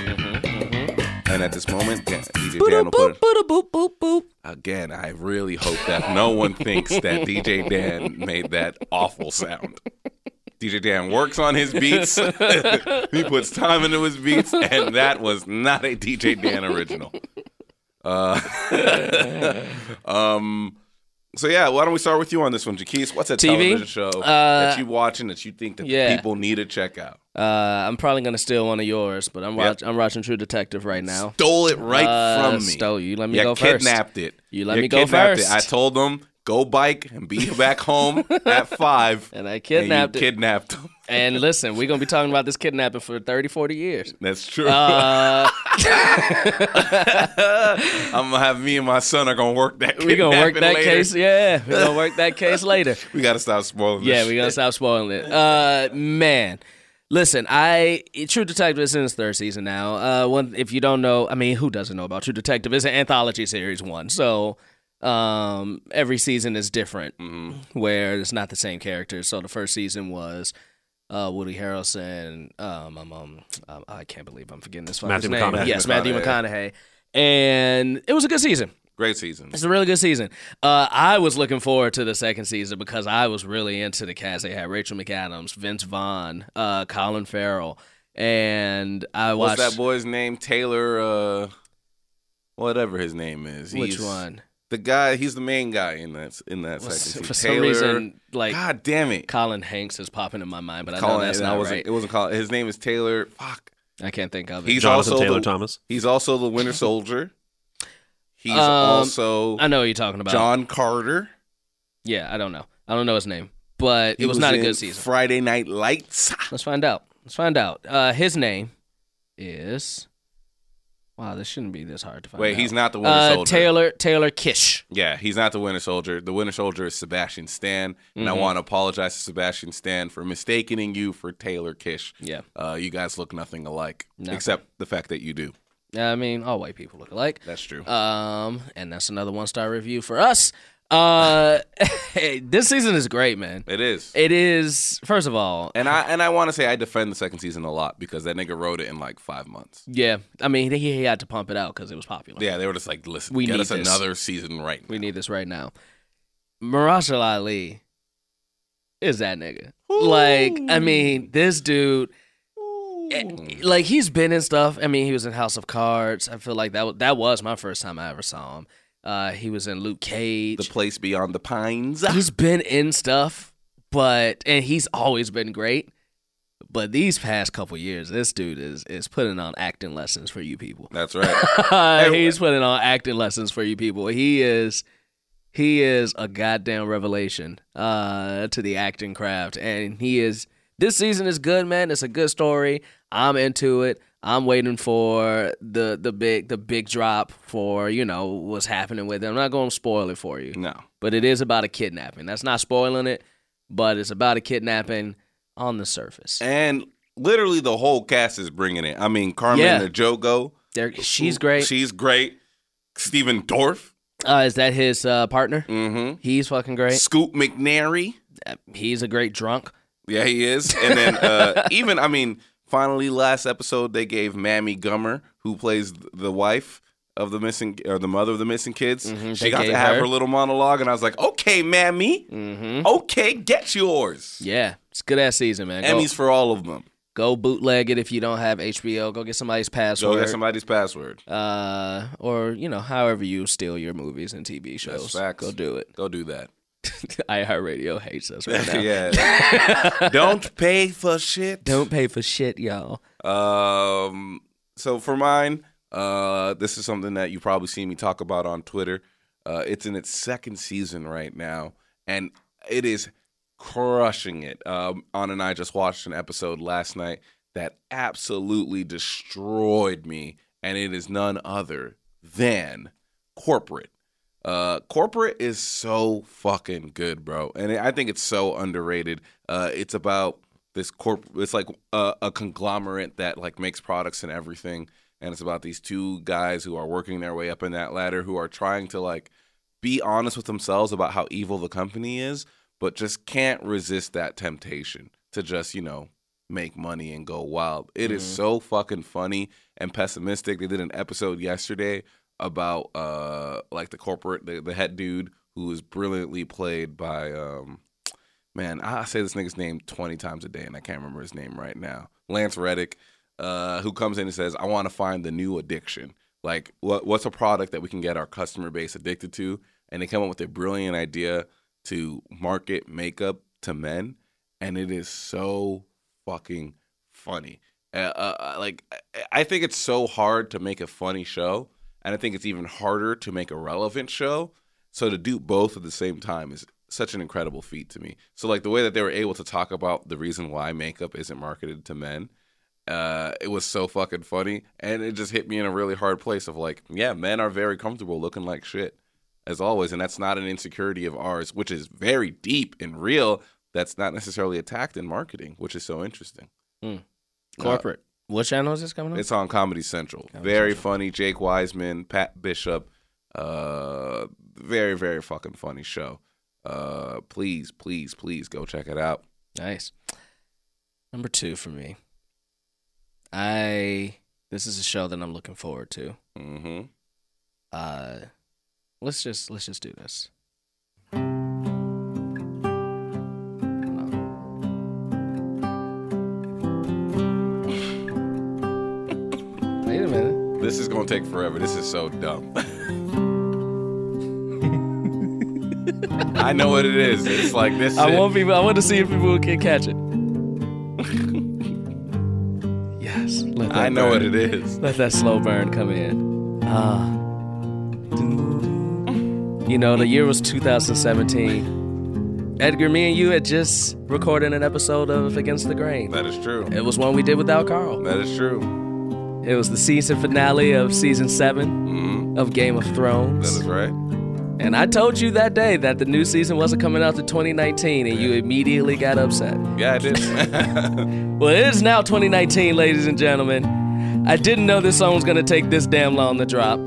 Speaker 3: And at this moment, Dan- DJ Dan will put
Speaker 5: Boop, boop, boop, boop.
Speaker 3: again. I really hope that no one thinks that DJ Dan made that awful sound. DJ Dan works on his beats. he puts time into his beats, and that was not a DJ Dan original. Uh, um. So yeah, why don't we start with you on this one, Jaquise? What's a
Speaker 5: TV?
Speaker 3: television show
Speaker 5: Uh,
Speaker 3: that you watching that you think that
Speaker 5: yeah.
Speaker 3: people need to check out?
Speaker 5: Uh, I'm probably gonna steal one of yours, but I'm watch- I'm watching True Detective right now.
Speaker 3: Stole it right
Speaker 5: Uh,
Speaker 3: from me.
Speaker 5: Stole you. Let me
Speaker 3: you
Speaker 5: go first.
Speaker 3: kidnapped it.
Speaker 5: You let
Speaker 3: You
Speaker 5: me go
Speaker 3: kidnapped it.
Speaker 5: first.
Speaker 3: I told them go bike and be back home at five.
Speaker 5: And I
Speaker 3: and
Speaker 5: kidnapped it.
Speaker 3: you Kidnapped them.
Speaker 5: and listen, we're gonna be talking about this kidnapping for 30, 40 years.
Speaker 3: That's true.
Speaker 5: Uh,
Speaker 3: I'm gonna have me and my son are gonna work that.
Speaker 5: we gonna work
Speaker 3: kidnapping
Speaker 5: that
Speaker 3: later.
Speaker 5: case. Yeah, we gonna work that case later.
Speaker 3: We gotta stop spoiling.
Speaker 5: Yeah,
Speaker 3: this
Speaker 5: we gonna stop spoiling it. Uh, man, listen, I True Detective is in its third season now. Uh, one, if you don't know, I mean, who doesn't know about True Detective? It's an anthology series one, so um, every season is different,
Speaker 4: Mm-hmm.
Speaker 5: where it's not the same character. So the first season was. Uh, Woody Harrelson, um, um, um, um, I can't believe I'm forgetting this fucker's
Speaker 4: Matthew
Speaker 5: name.
Speaker 4: McConaughey.
Speaker 5: Yes, Matthew
Speaker 3: McConaughey.
Speaker 5: McConaughey, and it was a good season.
Speaker 3: Great season.
Speaker 5: It's a really good season. Uh, I was looking forward to the second season because I was really into the cast. They had Rachel McAdams, Vince Vaughn, uh, Colin Farrell, and I watched
Speaker 3: What's that boy's name? Taylor, uh, whatever his name is.
Speaker 5: which
Speaker 3: He's
Speaker 5: one?
Speaker 3: The guy. He's the main guy in that in that
Speaker 5: For
Speaker 3: second season.
Speaker 5: for some
Speaker 3: Taylor,
Speaker 5: reason, like
Speaker 3: God damn it.
Speaker 5: Colin Hanks is popping in my mind, but I know
Speaker 3: Colin-
Speaker 5: that's
Speaker 3: and I
Speaker 5: not
Speaker 3: wasn't,
Speaker 5: right.
Speaker 3: It wasn't Colin. His name is Taylor. Fuck.
Speaker 5: I can't think of it.
Speaker 3: He's
Speaker 4: Jonathan
Speaker 3: also
Speaker 4: Taylor
Speaker 3: the,
Speaker 4: Thomas.
Speaker 3: He's also the Winter Soldier. He's
Speaker 5: Um,
Speaker 3: also
Speaker 5: I know what you're talking about.
Speaker 3: John Carter.
Speaker 5: Yeah, I don't know. I don't know his name, but it
Speaker 3: He
Speaker 5: was, not a
Speaker 3: in
Speaker 5: good season.
Speaker 3: Friday Night Lights.
Speaker 5: Let's find out. Let's find out. Uh, his name is. Wow, this shouldn't be this hard to find.
Speaker 3: Wait,
Speaker 5: out.
Speaker 3: he's not the Winter
Speaker 5: Uh,
Speaker 3: Soldier.
Speaker 5: Taylor Taylor Kish.
Speaker 3: Yeah, he's not the Winter Soldier. The Winter Soldier is Sebastian Stan, and I want to apologize to Sebastian Stan for mistaking you for Taylor Kish.
Speaker 5: Yeah.
Speaker 3: Uh, you guys look nothing alike,
Speaker 5: No.
Speaker 3: except the fact that you do. Uh,
Speaker 5: I mean, all white people look alike.
Speaker 3: That's true.
Speaker 5: Um, and that's another one star review for us. Uh, hey, this season is great, man.
Speaker 3: it is.
Speaker 5: It is. First of all,
Speaker 3: and I and I want to say I defend the second season a lot because that nigga wrote it in like five months.
Speaker 5: yeah. I mean, he, he had to pump it out because it was popular.
Speaker 3: Yeah, they were just like, listen,
Speaker 5: We
Speaker 3: get
Speaker 5: need
Speaker 3: us
Speaker 5: this.
Speaker 3: another season right.
Speaker 5: We need this right now. Marashal Ali is that nigga. Like, I mean, this dude. eh, Like he's been in stuff. I mean, he was in House of Cards. I feel like that was, that was my first time I ever saw him. Uh, he was in Luke Cage.
Speaker 3: The place beyond the pines.
Speaker 5: he's been in stuff, but and he's always been great. But these past couple years, this dude is is putting on acting lessons for you people.
Speaker 3: That's right.
Speaker 5: Uh, he's putting on acting lessons for you people. He is he is a goddamn revelation uh to the acting craft and he is this season is good, man. It's a good story. I'm into it. I'm waiting for the the big the big drop for, you know, what's happening with it. I'm not going to spoil it for you
Speaker 3: no.
Speaker 5: but it is about a kidnapping. That's not spoiling it, but it's about a kidnapping on the surface.
Speaker 3: And literally the whole cast is bringing it. I mean, Carmen
Speaker 5: Yeah.
Speaker 3: Najogo.
Speaker 5: There, she's great.
Speaker 3: She's great. Stephen Dorff.
Speaker 5: uh, is that his uh, partner?
Speaker 3: Mm-hmm.
Speaker 5: He's fucking great.
Speaker 3: Scoot McNairy.
Speaker 5: Uh, He's a great drunk.
Speaker 3: Yeah, he is. And then uh, even, I mean, finally, last episode they gave Mammy Gummer, who plays the wife of the missing or the mother of the missing kids.
Speaker 5: Mhm,
Speaker 3: she
Speaker 5: they
Speaker 3: got to
Speaker 5: gave
Speaker 3: have her.
Speaker 5: her.
Speaker 3: little monologue, and I was like, "Okay, Mammy,
Speaker 5: Mm-hmm.
Speaker 3: okay, get yours."
Speaker 5: Yeah, it's good ass season, man. Go,
Speaker 3: Emmys for all of them.
Speaker 5: go bootleg it if you don't have HBO. Go get somebody's
Speaker 3: So
Speaker 5: password.
Speaker 3: that's somebody's password.
Speaker 5: uh, or you know, however you steal your movies and TV shows.
Speaker 3: facts.
Speaker 5: Go do it.
Speaker 3: Go do that.
Speaker 5: iHeartRadio hates us right now.
Speaker 3: yeah. Don't pay for shit.
Speaker 5: Don't pay for shit, y'all.
Speaker 3: Um, so for mine, uh, this is something that you probably see me talk about on Twitter. Uh, it's in its second season right now, and it is crushing it. Um, Anna and I just watched an episode last night that absolutely destroyed me, and it is none other than Corporate. Uh, corporate is so fucking good, bro, and I think it's so underrated. Uh, it's about this corp. It's like a, a conglomerate that like makes products and everything, and it's about these two guys who are working their way up in that ladder who are trying to like be honest with themselves about how evil the company is, but just can't resist that temptation to just you know make money and go wild. It is so fucking funny and pessimistic. They did an episode yesterday about uh like the corporate the, the head dude who was brilliantly played by um man I I say this nigga's name twenty times a day and I can't remember his name right now Lance Reddick uh who comes in and says I want to find the new addiction like what what's a product that we can get our customer base addicted to and they come up with a brilliant idea to market makeup to men and it is so fucking funny. Uh, uh, uh, like I- I think it's so hard to make a funny show, and I think it's even harder to make a relevant show. So to do both at the same time is such an incredible feat to me. So like the way that they were able to talk about the reason why makeup isn't marketed to men, uh, it was so fucking funny, and it just hit me in a really hard place of like, yeah, men are very comfortable looking like shit as always, and that's not an insecurity of ours, which is very deep and real. That's not necessarily attacked in marketing, which is so interesting.
Speaker 5: Corporate. Uh, what channel is this coming on?
Speaker 3: It's on Comedy Central. very funny. Jake Wiseman, Pat Bishop. Uh, very very fucking funny show. Uh, please please please go check it out.
Speaker 5: Nice. Number two for me. I this is a show that I'm looking forward to.
Speaker 3: Mm-hmm.
Speaker 5: Uh Let's just let's just do this. Wait a minute.
Speaker 3: This is gonna take forever. This is so dumb. I know what it is. It's like this.
Speaker 5: I
Speaker 3: shit-
Speaker 5: want people. I want to see if people can catch it. yes. Let that
Speaker 3: I know
Speaker 5: burn.
Speaker 3: what it is.
Speaker 5: Let that slow burn come in. Ah. You know, the year was 2017. Edgar, me and you had just recorded an episode of Against the Grain.
Speaker 3: That is true.
Speaker 5: It was one we did without Carl.
Speaker 3: That is true.
Speaker 5: It was the season finale of season 7 of Game of
Speaker 3: Mm-hmm. That
Speaker 5: Thrones.
Speaker 3: is right.
Speaker 5: And I told you that day that the new season wasn't coming out to 2019, and you immediately got upset.
Speaker 3: Yeah, it is.
Speaker 5: Well, it is now 2019, ladies and gentlemen. I didn't know this song was going to take this damn long to drop.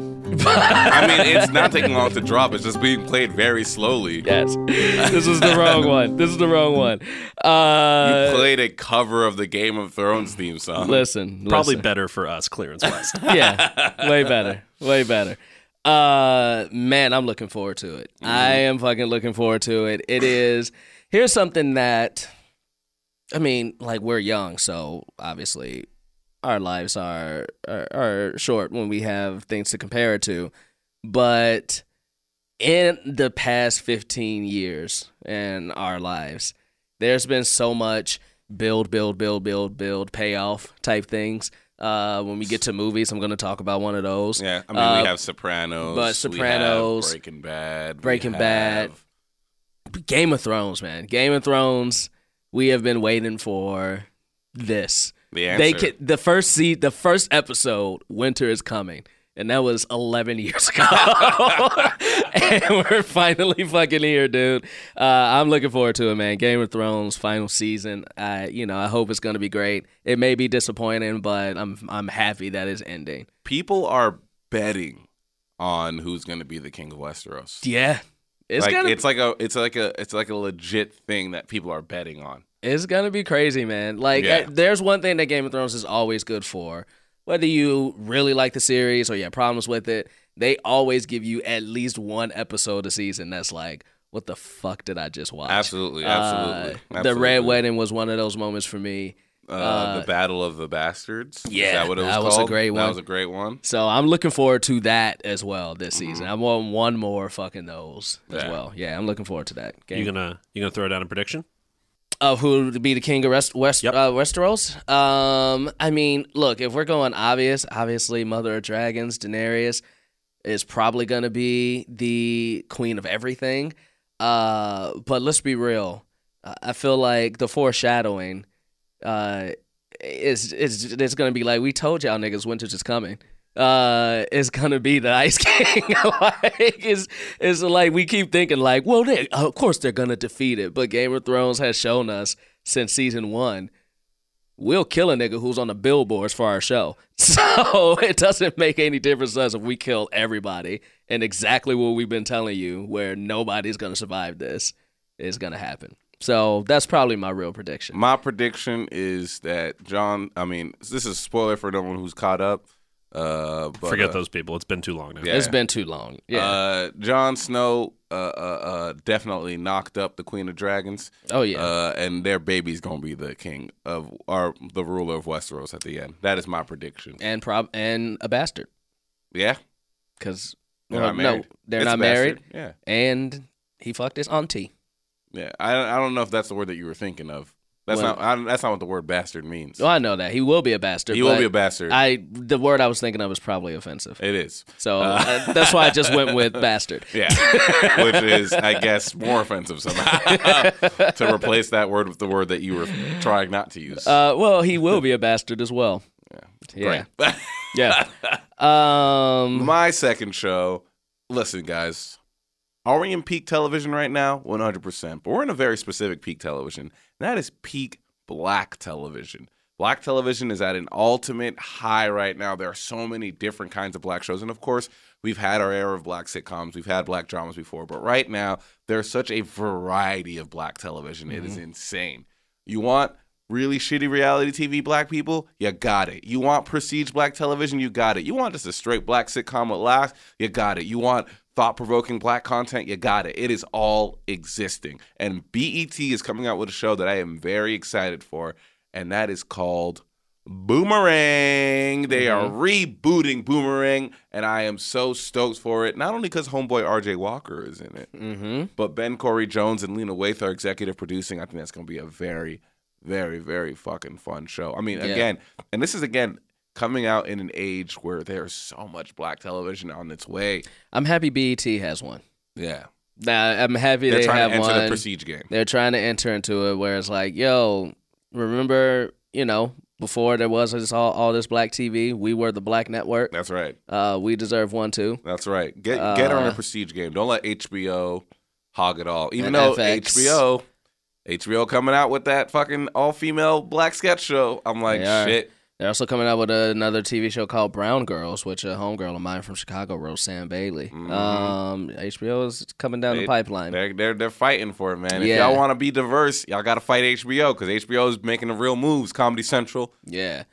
Speaker 3: I mean, it's not taking long to drop. It's just being played very slowly.
Speaker 5: Yes. This is the wrong one. This is the wrong one. Uh,
Speaker 3: You played a cover of the Game of Thrones theme song.
Speaker 5: listen.
Speaker 4: Probably
Speaker 5: listen.
Speaker 4: better for us, Clearance West.
Speaker 5: yeah, way better, way better. Uh, man, I'm looking forward to it. I am fucking looking forward to it. It is. Here's something that, I mean, like we're young, so obviously our lives are are, are short when we have things to compare it to, but in the past 15 years in our lives there's been so much build, build, build, build, build, payoff type things. Uh, when we get to movies, I'm going to talk about one of those.
Speaker 3: Yeah, I mean,
Speaker 5: Uh,
Speaker 3: we have Sopranos,
Speaker 5: but
Speaker 3: we have
Speaker 5: Sopranos,
Speaker 3: Breaking Bad, we
Speaker 5: Breaking
Speaker 3: have-
Speaker 5: Bad. Game of Thrones, man. Game of Thrones. We have been waiting for this.
Speaker 3: The
Speaker 5: They
Speaker 3: answer.
Speaker 5: can, the first seed, the first episode, Winter is Coming. And that was 11 years ago. and we're finally fucking here, dude. Uh, I'm looking forward to it, man. Game of Thrones final season. I, you know, I hope it's going to be great. It may be disappointing, but I'm I'm happy that it's ending.
Speaker 3: People are betting on who's going to be the king of Westeros.
Speaker 5: Yeah. It's
Speaker 3: like,
Speaker 5: gonna
Speaker 3: it's like a, it's like a, it's like a legit thing that people are betting on.
Speaker 5: It's gonna be crazy, man. Like,
Speaker 3: Yeah.
Speaker 5: uh, there's one thing that Game of Thrones is always good for. Whether you really like the series or you have problems with it, they always give you at least one episode a season that's like, what the fuck did I just watch?
Speaker 3: Absolutely,
Speaker 5: Uh,
Speaker 3: absolutely.
Speaker 5: The Red
Speaker 3: absolutely.
Speaker 5: Wedding was one of those moments for me.
Speaker 3: uh, the Battle of the Bastards. Is
Speaker 5: yeah,
Speaker 3: that what it was
Speaker 5: that
Speaker 3: called?
Speaker 5: was a great one.
Speaker 3: That was a great one.
Speaker 5: So I'm looking forward to that as well this season. I want one more fucking those as
Speaker 3: Mm-hmm. Yeah.
Speaker 5: well. Yeah, I'm looking forward to that. Game
Speaker 4: you gonna you gonna throw down a prediction?
Speaker 5: of who would be the king of West, West
Speaker 4: Yep.
Speaker 5: uh, Westeros. Um, I mean, look, if we're going obvious, obviously, Mother of Dragons, Daenerys is probably going to be the queen of everything. Uh, but let's be real. I I feel like the foreshadowing uh, is is it's going to be like we told y'all niggas winter's is coming. Uh, it's gonna be the Ice King. like, it's it's like we keep thinking like, well, they of course they're gonna defeat it. But Game of Thrones has shown us since season one, we'll kill a nigga who's on the billboards for our show. So it doesn't make any difference to us if we kill everybody. And exactly what we've been telling you, where nobody's gonna survive this, is gonna happen. So that's probably my real prediction.
Speaker 3: My prediction is that John. I mean, this is a spoiler for no one who's caught up. Uh, but,
Speaker 4: Forget
Speaker 3: uh,
Speaker 4: those people. It's been too long now.
Speaker 3: Yeah.
Speaker 5: It's been too long. Yeah.
Speaker 3: Uh, Jon Snow uh, uh, uh, definitely knocked up the Queen of Dragons.
Speaker 5: oh yeah.
Speaker 3: Uh, and their baby's gonna be the king of or the ruler of Westeros at the end. That is my prediction.
Speaker 5: and prob and a bastard
Speaker 3: Yeah,
Speaker 5: because
Speaker 3: they're
Speaker 5: well,
Speaker 3: not married.
Speaker 5: uh, no, they're
Speaker 3: It's a
Speaker 5: not
Speaker 3: bastard.
Speaker 5: married, and he fucked his auntie.
Speaker 3: Yeah, yeah. I don't, I don't know if that's the word that you were thinking of. That's
Speaker 5: Well-
Speaker 3: not. I, don't- that's not what the word bastard means.
Speaker 5: Well, I know that he will be a bastard.
Speaker 3: He will
Speaker 5: but
Speaker 3: be a bastard.
Speaker 5: I the word I was thinking of is probably offensive,
Speaker 3: it is.
Speaker 5: so uh, that's why I just went with bastard.
Speaker 3: Yeah, which is, I guess, more offensive somehow to replace that word with the word that you were trying not to use.
Speaker 5: Uh, well, he will be a bastard as well. Yeah,
Speaker 3: Right.
Speaker 5: yeah, yeah. Um,
Speaker 3: My second show. Listen, guys, are we in peak television right now? One hundred percent. But we're in a very specific peak television. And that is peak black television. Black television is at an ultimate high right now. There are so many different kinds of black shows, and of course, we've had our era of black sitcoms, we've had black dramas before, but right now there's such a variety of black television. It is insane. You want really shitty reality TV black people? You got it. You want prestige black television? You got it. You want just a straight black sitcom with laughs? You got it. You want thought provoking black content, you got it. It is all existing. And BET is coming out with a show that I am very excited for, and that is called Boomerang. They are rebooting Boomerang, and I am so stoked for it. Not only because homeboy RJ Walker is in it,
Speaker 5: mm-hmm.
Speaker 3: but Ben Corey Jones and Lena Waithe are executive producing. I think that's going to be a very, very, very fucking fun show. I mean, again, and this is again coming out in an age where there's so much black television on its way.
Speaker 5: I'm happy BET has one.
Speaker 3: Yeah,
Speaker 5: Nah, I'm happy
Speaker 3: they're
Speaker 5: they
Speaker 3: trying
Speaker 5: have
Speaker 3: to enter
Speaker 5: one.
Speaker 3: the prestige game.
Speaker 5: They're trying to enter into it where it's like, yo, remember, you know, before there was this all, all this black TV, we were the black network.
Speaker 3: That's right.
Speaker 5: Uh, we deserve one too.
Speaker 3: That's right. Get get on a
Speaker 5: Uh,
Speaker 3: prestige game. Don't let HBO hog it all. Even
Speaker 5: and
Speaker 3: though
Speaker 5: FX.
Speaker 3: HBO. HBO coming out with that fucking all female black sketch show. I'm like,
Speaker 5: They are.
Speaker 3: shit.
Speaker 5: They're also coming out with another TV show called Brown Girls, which a homegirl of mine from Chicago wrote, Sam Bailey. Um, HBO is coming down
Speaker 3: Mm-hmm. They-
Speaker 5: the pipeline.
Speaker 3: They're they're they're fighting for it, man. If
Speaker 5: Yeah.
Speaker 3: y'all want to be diverse, y'all got to fight HBO because HBO is making the real moves. Comedy Central.
Speaker 5: Yeah.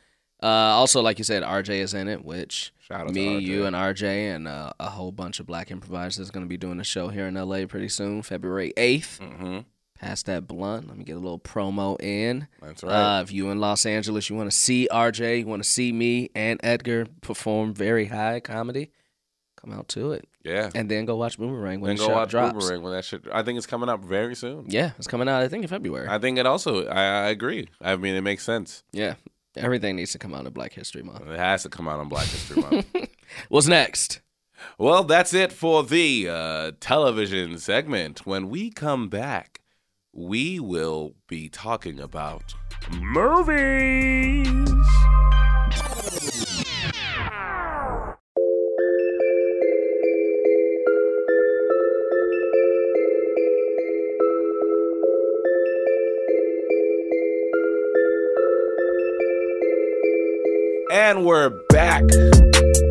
Speaker 5: Uh, also, like you said, RJ is in it, which
Speaker 3: Shout out to
Speaker 5: me,
Speaker 3: RJ.
Speaker 5: you, and RJ, and uh, a whole bunch of black improvisers is going to be doing a show here in LA pretty soon, February 8th.
Speaker 3: Mm-hmm.
Speaker 5: Pass that blunt. Let me get a little promo in.
Speaker 3: That's right.
Speaker 5: Uh, if you in Los Angeles, you want to see RJ, you want to see me and Edgar perform very high comedy, come out to it.
Speaker 3: yeah.
Speaker 5: And then go watch Boomerang when
Speaker 3: Then
Speaker 5: the
Speaker 3: go
Speaker 5: show
Speaker 3: watch
Speaker 5: drops.
Speaker 3: Boomerang when that shit. I think it's coming up very soon.
Speaker 5: Yeah, it's coming out, I think, in February.
Speaker 3: I think it also. I, I agree. I mean, it makes sense.
Speaker 5: yeah. Everything needs to come out in Black History Month.
Speaker 3: It has to come out on Black History Month.
Speaker 5: What's next?
Speaker 3: Well, that's it for the uh, television segment. When we come back, we will be talking about movies. And we're back.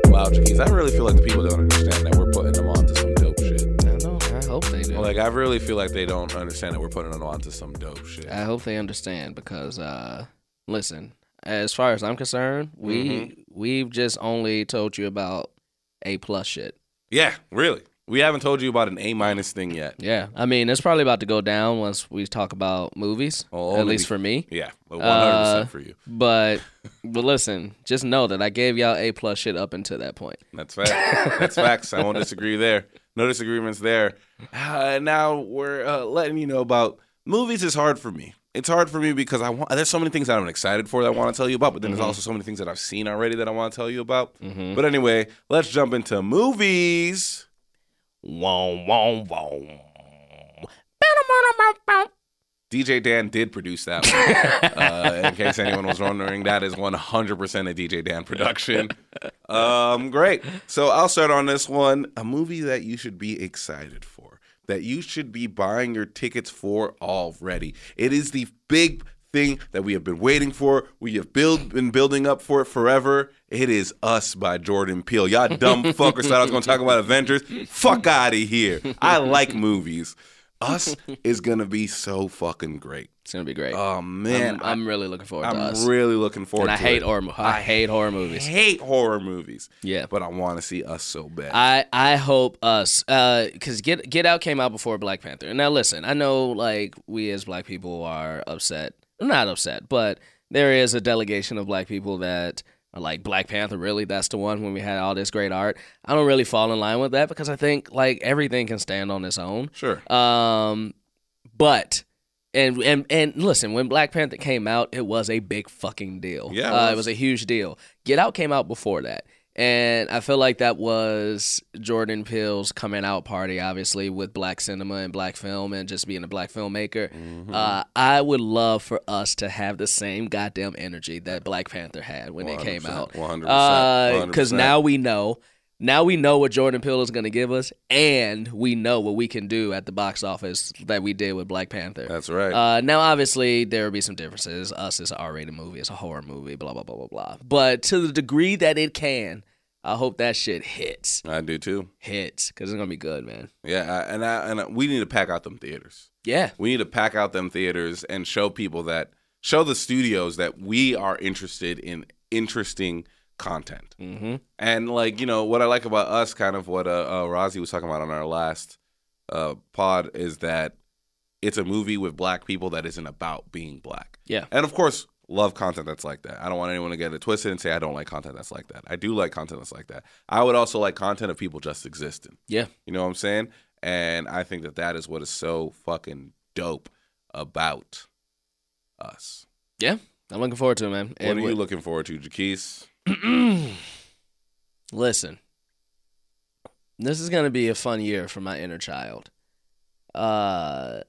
Speaker 3: Wow, geez, I really feel like the people don't understand that we're putting them onto some dope shit.
Speaker 5: I don't know. I hope they do.
Speaker 3: Like, I really feel like they don't understand that we're putting them onto some dope shit.
Speaker 5: I hope they understand because uh listen, as far as I'm concerned, we
Speaker 3: Mm-hmm.
Speaker 5: we've just only told you about A plus shit.
Speaker 3: Yeah, really. We haven't told you about an A minus thing yet.
Speaker 5: Yeah. I mean, it's probably about to go down once we talk about movies,
Speaker 3: Well,
Speaker 5: at
Speaker 3: only
Speaker 5: least
Speaker 3: be-
Speaker 5: for me.
Speaker 3: Yeah, one hundred
Speaker 5: Uh,
Speaker 3: percent for you.
Speaker 5: But but listen, just know that I gave y'all A plus shit up until that point.
Speaker 3: That's fact. That's facts. I won't disagree there. No disagreements there. Uh, now we're uh, letting you know about movies. Is hard for me. It's hard for me because I want. There's so many things that I'm excited for that I want to tell you about, but then there's also so many things that I've seen already that I want to tell you about. But anyway, let's jump into movies. Wong wong wong. DJ Dan did produce that one. uh, in case anyone was wondering, that is 100% a DJ Dan production. Um, great. So I'll start on this one. A movie that you should be excited for, that you should be buying your tickets for already. It is the big thing that we have been waiting for. We have build been building up for it forever. It is Us by Jordan Peele. Y'all dumb fuckers thought I was gonna talk about Avengers. Fuck out of here. I like movies. Us is gonna be so fucking great.
Speaker 5: It's gonna be great.
Speaker 3: Oh man,
Speaker 5: I'm, I'm really looking forward
Speaker 3: I'm
Speaker 5: to us.
Speaker 3: really looking forward
Speaker 5: and I
Speaker 3: to
Speaker 5: hate
Speaker 3: it.
Speaker 5: horror. mo- I hate horror movies.
Speaker 3: hate horror movies.
Speaker 5: yeah,
Speaker 3: But I want to see us so bad.
Speaker 5: I I hope us because Get Get Out came out before Black Panther. Now listen, I know like we as black people are upset, not upset, but there is a delegation of black people that are like Black Panther. Really, that's the one when we had all this great art. I don't really fall in line with that because I think like everything can stand on its own.
Speaker 3: sure.
Speaker 5: Um, but and and and listen, when Black Panther came out, it was a big fucking deal.
Speaker 3: Yeah, it
Speaker 5: Uh, it
Speaker 3: was.
Speaker 5: was a huge deal. Get Out came out before that. And I feel like that was Jordan Peele's coming out party, obviously, with black cinema and black film and just being a black filmmaker.
Speaker 3: Mm-hmm.
Speaker 5: Uh, I would love for us to have the same goddamn energy that Black Panther had when it came out.
Speaker 3: 100%.
Speaker 5: Because now we know. Now we know what Jordan Peele is going to give us, and we know what we can do at the box office that we did with Black Panther.
Speaker 3: That's right.
Speaker 5: Uh, now, obviously, there will be some differences. Us is an R-rated movie. It's a horror movie. Blah blah blah blah blah. But to the degree that it can, I hope that shit hits,
Speaker 3: I do too.
Speaker 5: hits, because it's gonna be good, man.
Speaker 3: Yeah, I, and I, and I, we need to pack out them theaters.
Speaker 5: Yeah,
Speaker 3: We need to pack out them theaters and show people that show the studios that we are interested in interesting content.
Speaker 5: Mm-hmm.
Speaker 3: And like you know what I like about us, kind of what uh, uh Razi was talking about on our last uh pod, is that it's a movie with black people that isn't about being black.
Speaker 5: Yeah.
Speaker 3: And of course, love content that's like that. I don't want anyone to get it twisted and say I don't like content that's like that. I do like content that's like that. I would also like content of people just existing.
Speaker 5: Yeah.
Speaker 3: You know what I'm saying? And I think that that is what is so fucking dope about us.
Speaker 5: Yeah. I'm looking forward to it, man.
Speaker 3: What
Speaker 5: And
Speaker 3: are you
Speaker 5: we-
Speaker 3: looking forward to, Jaquise?
Speaker 5: Listen, this is gonna be a fun year for my inner child. Uh,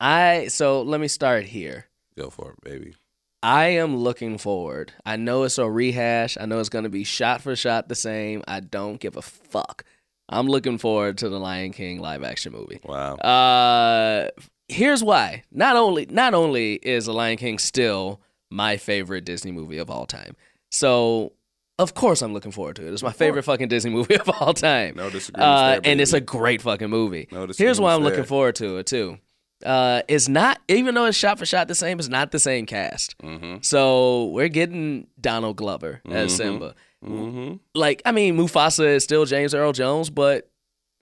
Speaker 5: I so let me start here.
Speaker 3: Go for it, baby.
Speaker 5: I am looking forward. I know it's a rehash. I know it's going to be shot for shot the same. I don't give a fuck. I'm looking forward to the Lion King live action movie.
Speaker 3: Wow.
Speaker 5: Uh, here's why. Not only not only is The Lion King still my favorite Disney movie of all time. So, of course I'm looking forward to it. It's my favorite fucking Disney movie of all time.
Speaker 3: No disagreements
Speaker 5: Uh,
Speaker 3: there,
Speaker 5: and it's a
Speaker 3: baby.
Speaker 5: great fucking movie.
Speaker 3: No
Speaker 5: Here's why I'm
Speaker 3: disagreements
Speaker 5: looking
Speaker 3: there.
Speaker 5: forward to it too. Uh, it's not even though it's shot for shot the same. It's not the same cast.
Speaker 3: Mm-hmm.
Speaker 5: So we're getting Donald Glover as
Speaker 3: Mhm.
Speaker 5: Simba.
Speaker 3: Mm-hmm.
Speaker 5: Like I mean, Mufasa is still James Earl Jones, but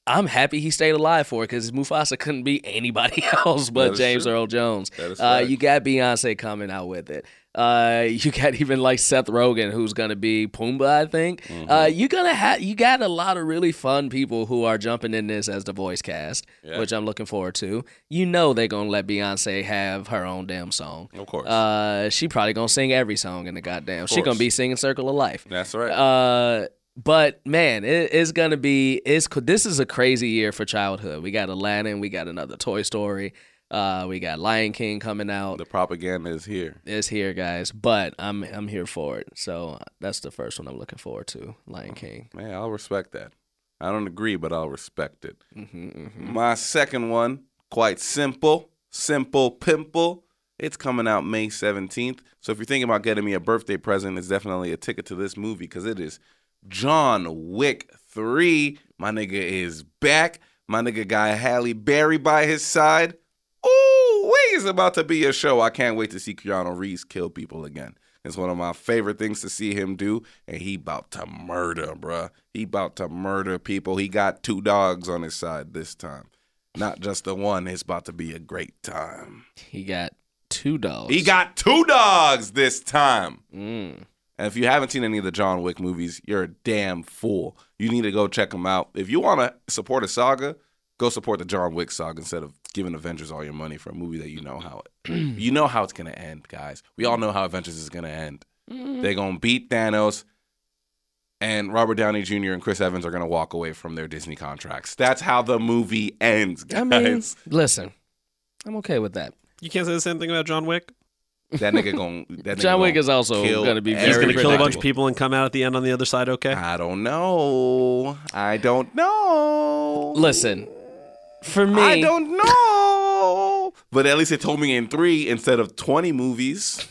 Speaker 5: I'm happy he stayed alive for it because Mufasa couldn't be anybody else
Speaker 3: That
Speaker 5: but
Speaker 3: is
Speaker 5: James
Speaker 3: true.
Speaker 5: Earl Jones.
Speaker 3: That is
Speaker 5: Uh,
Speaker 3: facts.
Speaker 5: you got Beyonce coming out with it. Uh, you got even like Seth Rogen, who's gonna be Pumbaa, I think. Uh,
Speaker 3: Mm-hmm.
Speaker 5: you're gonna have you got a lot of really fun people who are jumping in this as the voice cast,
Speaker 3: Yeah.
Speaker 5: which I'm looking forward to. You know they're gonna let Beyonce have her own damn song.
Speaker 3: Of course.
Speaker 5: Uh, she probably gonna sing every song in the goddamn. She
Speaker 3: course.
Speaker 5: gonna be singing "Circle of Life."
Speaker 3: That's right.
Speaker 5: Uh, but man, it, it's gonna be it's co- this is a crazy year for childhood. We got Aladdin, we got another Toy Story, uh, we got Lion King coming out.
Speaker 3: the propaganda is here.
Speaker 5: It's here, guys. But I'm I'm here for it. So that's the first one I'm looking forward to, Lion King.
Speaker 3: Man, I'll respect that. I don't agree, but I'll respect it. My second one, quite simple, simple pimple. It's coming out May 17th. So if you're thinking about getting me a birthday present, it's definitely a ticket to this movie because it is John Wick 3. My nigga is back. My nigga got Halle Berry by his side. Ooh, wait, it's about to be a show. I can't wait to see Keanu Reeves kill people again. It's one of my favorite things to see him do, and he about to murder, bruh. He about to murder people. He got two dogs on his side this time. Not just the one, it's about to be a great time.
Speaker 5: He got two dogs.
Speaker 3: He got two dogs this time.
Speaker 5: Mm.
Speaker 3: And if you haven't seen any of the John Wick movies, you're a damn fool. You need to go check them out. If you want to support a saga, go support the John Wick saga instead of giving Avengers all your money for a movie that you know how it, you know how it's gonna end, guys. We all know how Avengers is gonna end.
Speaker 5: Mm-hmm.
Speaker 3: They're gonna beat Thanos, and Robert Downey Jr. and Chris Evans are gonna walk away from their Disney contracts. That's how the movie ends, guys.
Speaker 5: I mean, listen, I'm okay with that.
Speaker 4: You can't say the same thing about John Wick.
Speaker 3: that nigga gonna that nigga
Speaker 5: John Wick
Speaker 3: gonna
Speaker 5: is also
Speaker 3: kill
Speaker 5: gonna be
Speaker 3: He's
Speaker 4: He's
Speaker 5: very
Speaker 4: gonna kill a bunch
Speaker 5: predictable.
Speaker 4: of people and come out at the end on the other side. Okay.
Speaker 3: I don't know. I don't know.
Speaker 5: Listen, for me,
Speaker 3: I don't know. But at least it told me in three instead of 20 movies.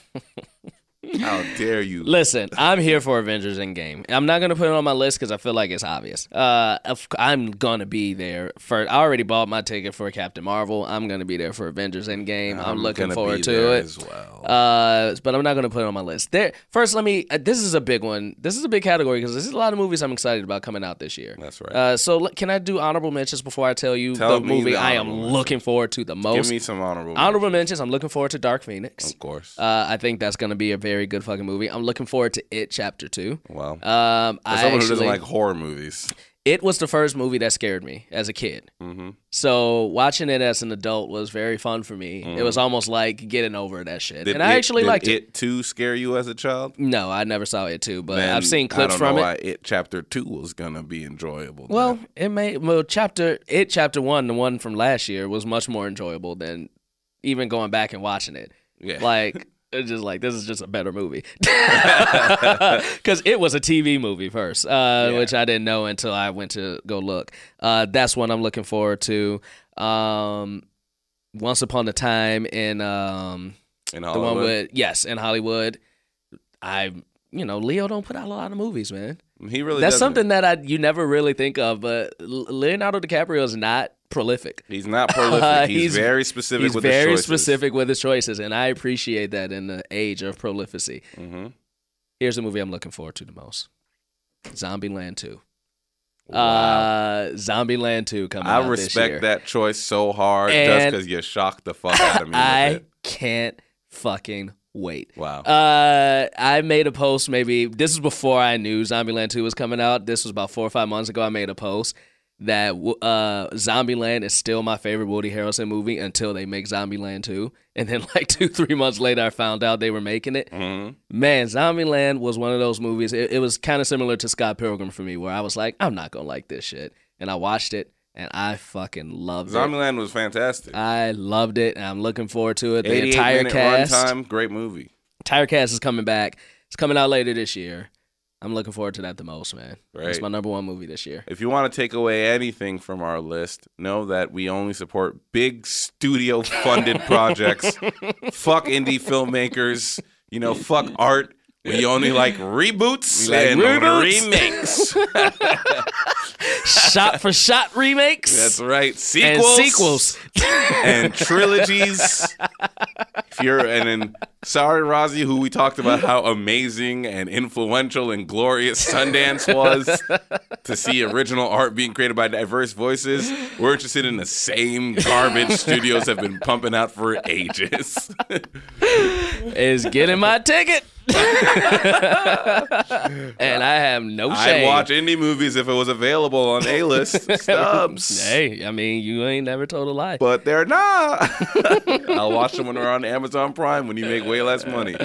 Speaker 3: How dare you?
Speaker 5: Listen, I'm here for Avengers Endgame. I'm not gonna put it on my list because I feel like it's obvious. Uh, of- I'm gonna be there for. I already bought my ticket for Captain Marvel. I'm gonna be there for Avengers Endgame. I'm, looking
Speaker 3: gonna
Speaker 5: forward
Speaker 3: be
Speaker 5: to
Speaker 3: there
Speaker 5: it.
Speaker 3: as well.
Speaker 5: Uh, but I'm not gonna put it on my list. There, first, let me. Uh, this is a big one. This is a big category because there's a lot of movies I'm excited about coming out this year.
Speaker 3: That's right.
Speaker 5: Uh, so l- can I do honorable mentions before I tell you
Speaker 3: Tell
Speaker 5: the
Speaker 3: me
Speaker 5: movie
Speaker 3: the
Speaker 5: I am
Speaker 3: honorable mentions.
Speaker 5: looking forward to the
Speaker 3: Give
Speaker 5: most?
Speaker 3: me some honorable.
Speaker 5: honorable
Speaker 3: mentions.
Speaker 5: mentions. I'm looking forward to Dark Phoenix.
Speaker 3: Of course.
Speaker 5: Uh, I think that's going to be a very good fucking movie. I'm looking forward to It Chapter 2.
Speaker 3: well,
Speaker 5: Um,
Speaker 3: as
Speaker 5: I
Speaker 3: someone
Speaker 5: actually,
Speaker 3: who doesn't like horror movies,
Speaker 5: it was the first movie that scared me as a kid.
Speaker 3: hmm
Speaker 5: So watching it as an adult was very fun for me. It was almost like getting over that shit. and I actually
Speaker 3: Mm-hmm. did
Speaker 5: liked it.
Speaker 3: it. too scare you as a child?
Speaker 5: No, I never saw it too, but
Speaker 3: Then
Speaker 5: I've seen clips
Speaker 3: I don't
Speaker 5: from
Speaker 3: know
Speaker 5: it.
Speaker 3: Why it chapter two was gonna be enjoyable? then.
Speaker 5: Well, it may well chapter it chapter one, the one from last year, was much more enjoyable than even going back and watching it.
Speaker 3: Yeah.
Speaker 5: Like it's just like this is just a better movie because it was a TV movie first, uh,
Speaker 3: Yeah.
Speaker 5: which I didn't know until I went to go look. Uh, that's one I'm looking forward to. Um, Once upon a time in um,
Speaker 3: in
Speaker 5: the
Speaker 3: Hollywood,
Speaker 5: one with yes in Hollywood, I you know Leo don't put out a lot of movies, man.
Speaker 3: he really
Speaker 5: That's
Speaker 3: doesn't.
Speaker 5: something that I you never really think of, but L- Leonardo DiCaprio is not prolific. Uh,
Speaker 3: He's not prolific. He's,
Speaker 5: He's-
Speaker 3: very specific.
Speaker 5: He's
Speaker 3: with his
Speaker 5: very
Speaker 3: choices.
Speaker 5: specific with his choices, and I appreciate that in the age of prolificy.
Speaker 3: Mhm.
Speaker 5: Here's the movie I'm looking forward to the most: Zombieland Two. Uh, Zombieland Two coming out
Speaker 3: I
Speaker 5: this year.
Speaker 3: respect that choice so hard just
Speaker 5: And-
Speaker 3: because you shocked the fuck out of me. with
Speaker 5: I
Speaker 3: it.
Speaker 5: can't fucking wait.
Speaker 3: Wow.
Speaker 5: Uh, I made a post maybe this is before I knew Zombieland 2 was coming out. This was about 4 or 5 months ago I made a post that uh Zombieland is still my favorite Woody Harrelson movie until they make Zombieland 2 and then like 2 3 months later I found out they were making it. Man, Zombieland was one of those movies. It, it was kind of similar to Scott Pilgrim for me where I was like I'm not going to like this shit and I watched it and I fucking loved it.
Speaker 3: Zombieland was fantastic.
Speaker 5: I loved it, and I'm looking forward to it. The
Speaker 3: 88
Speaker 5: entire
Speaker 3: minute
Speaker 5: cast,
Speaker 3: runtime, great movie.
Speaker 5: entire cast is coming back. It's coming out later this year. I'm looking forward to that the most, man. It's
Speaker 3: Right.
Speaker 5: my number one movie this year.
Speaker 3: If you want to take away anything from our list, know that we only support big studio funded projects. fuck indie filmmakers. You know, fuck art. We only like reboots
Speaker 5: We like
Speaker 3: and
Speaker 5: reboots.
Speaker 3: remakes.
Speaker 5: shot for shot remakes
Speaker 3: That's right.
Speaker 5: and
Speaker 3: Sequels.
Speaker 5: sequels.
Speaker 3: and trilogies. if you're and then sorry, Razi, who we talked about how amazing and influential and glorious Sundance was to see original art being created by diverse voices. We're interested in the same garbage studios have been pumping out for ages.
Speaker 5: is getting my ticket, and I have no shame.
Speaker 3: I'd watch indie movies if it was available on A list stubs.
Speaker 5: Hey, I mean, you ain't never told a lie.
Speaker 3: But they're not. I'll watch them when they're on Amazon Prime when you make way less money.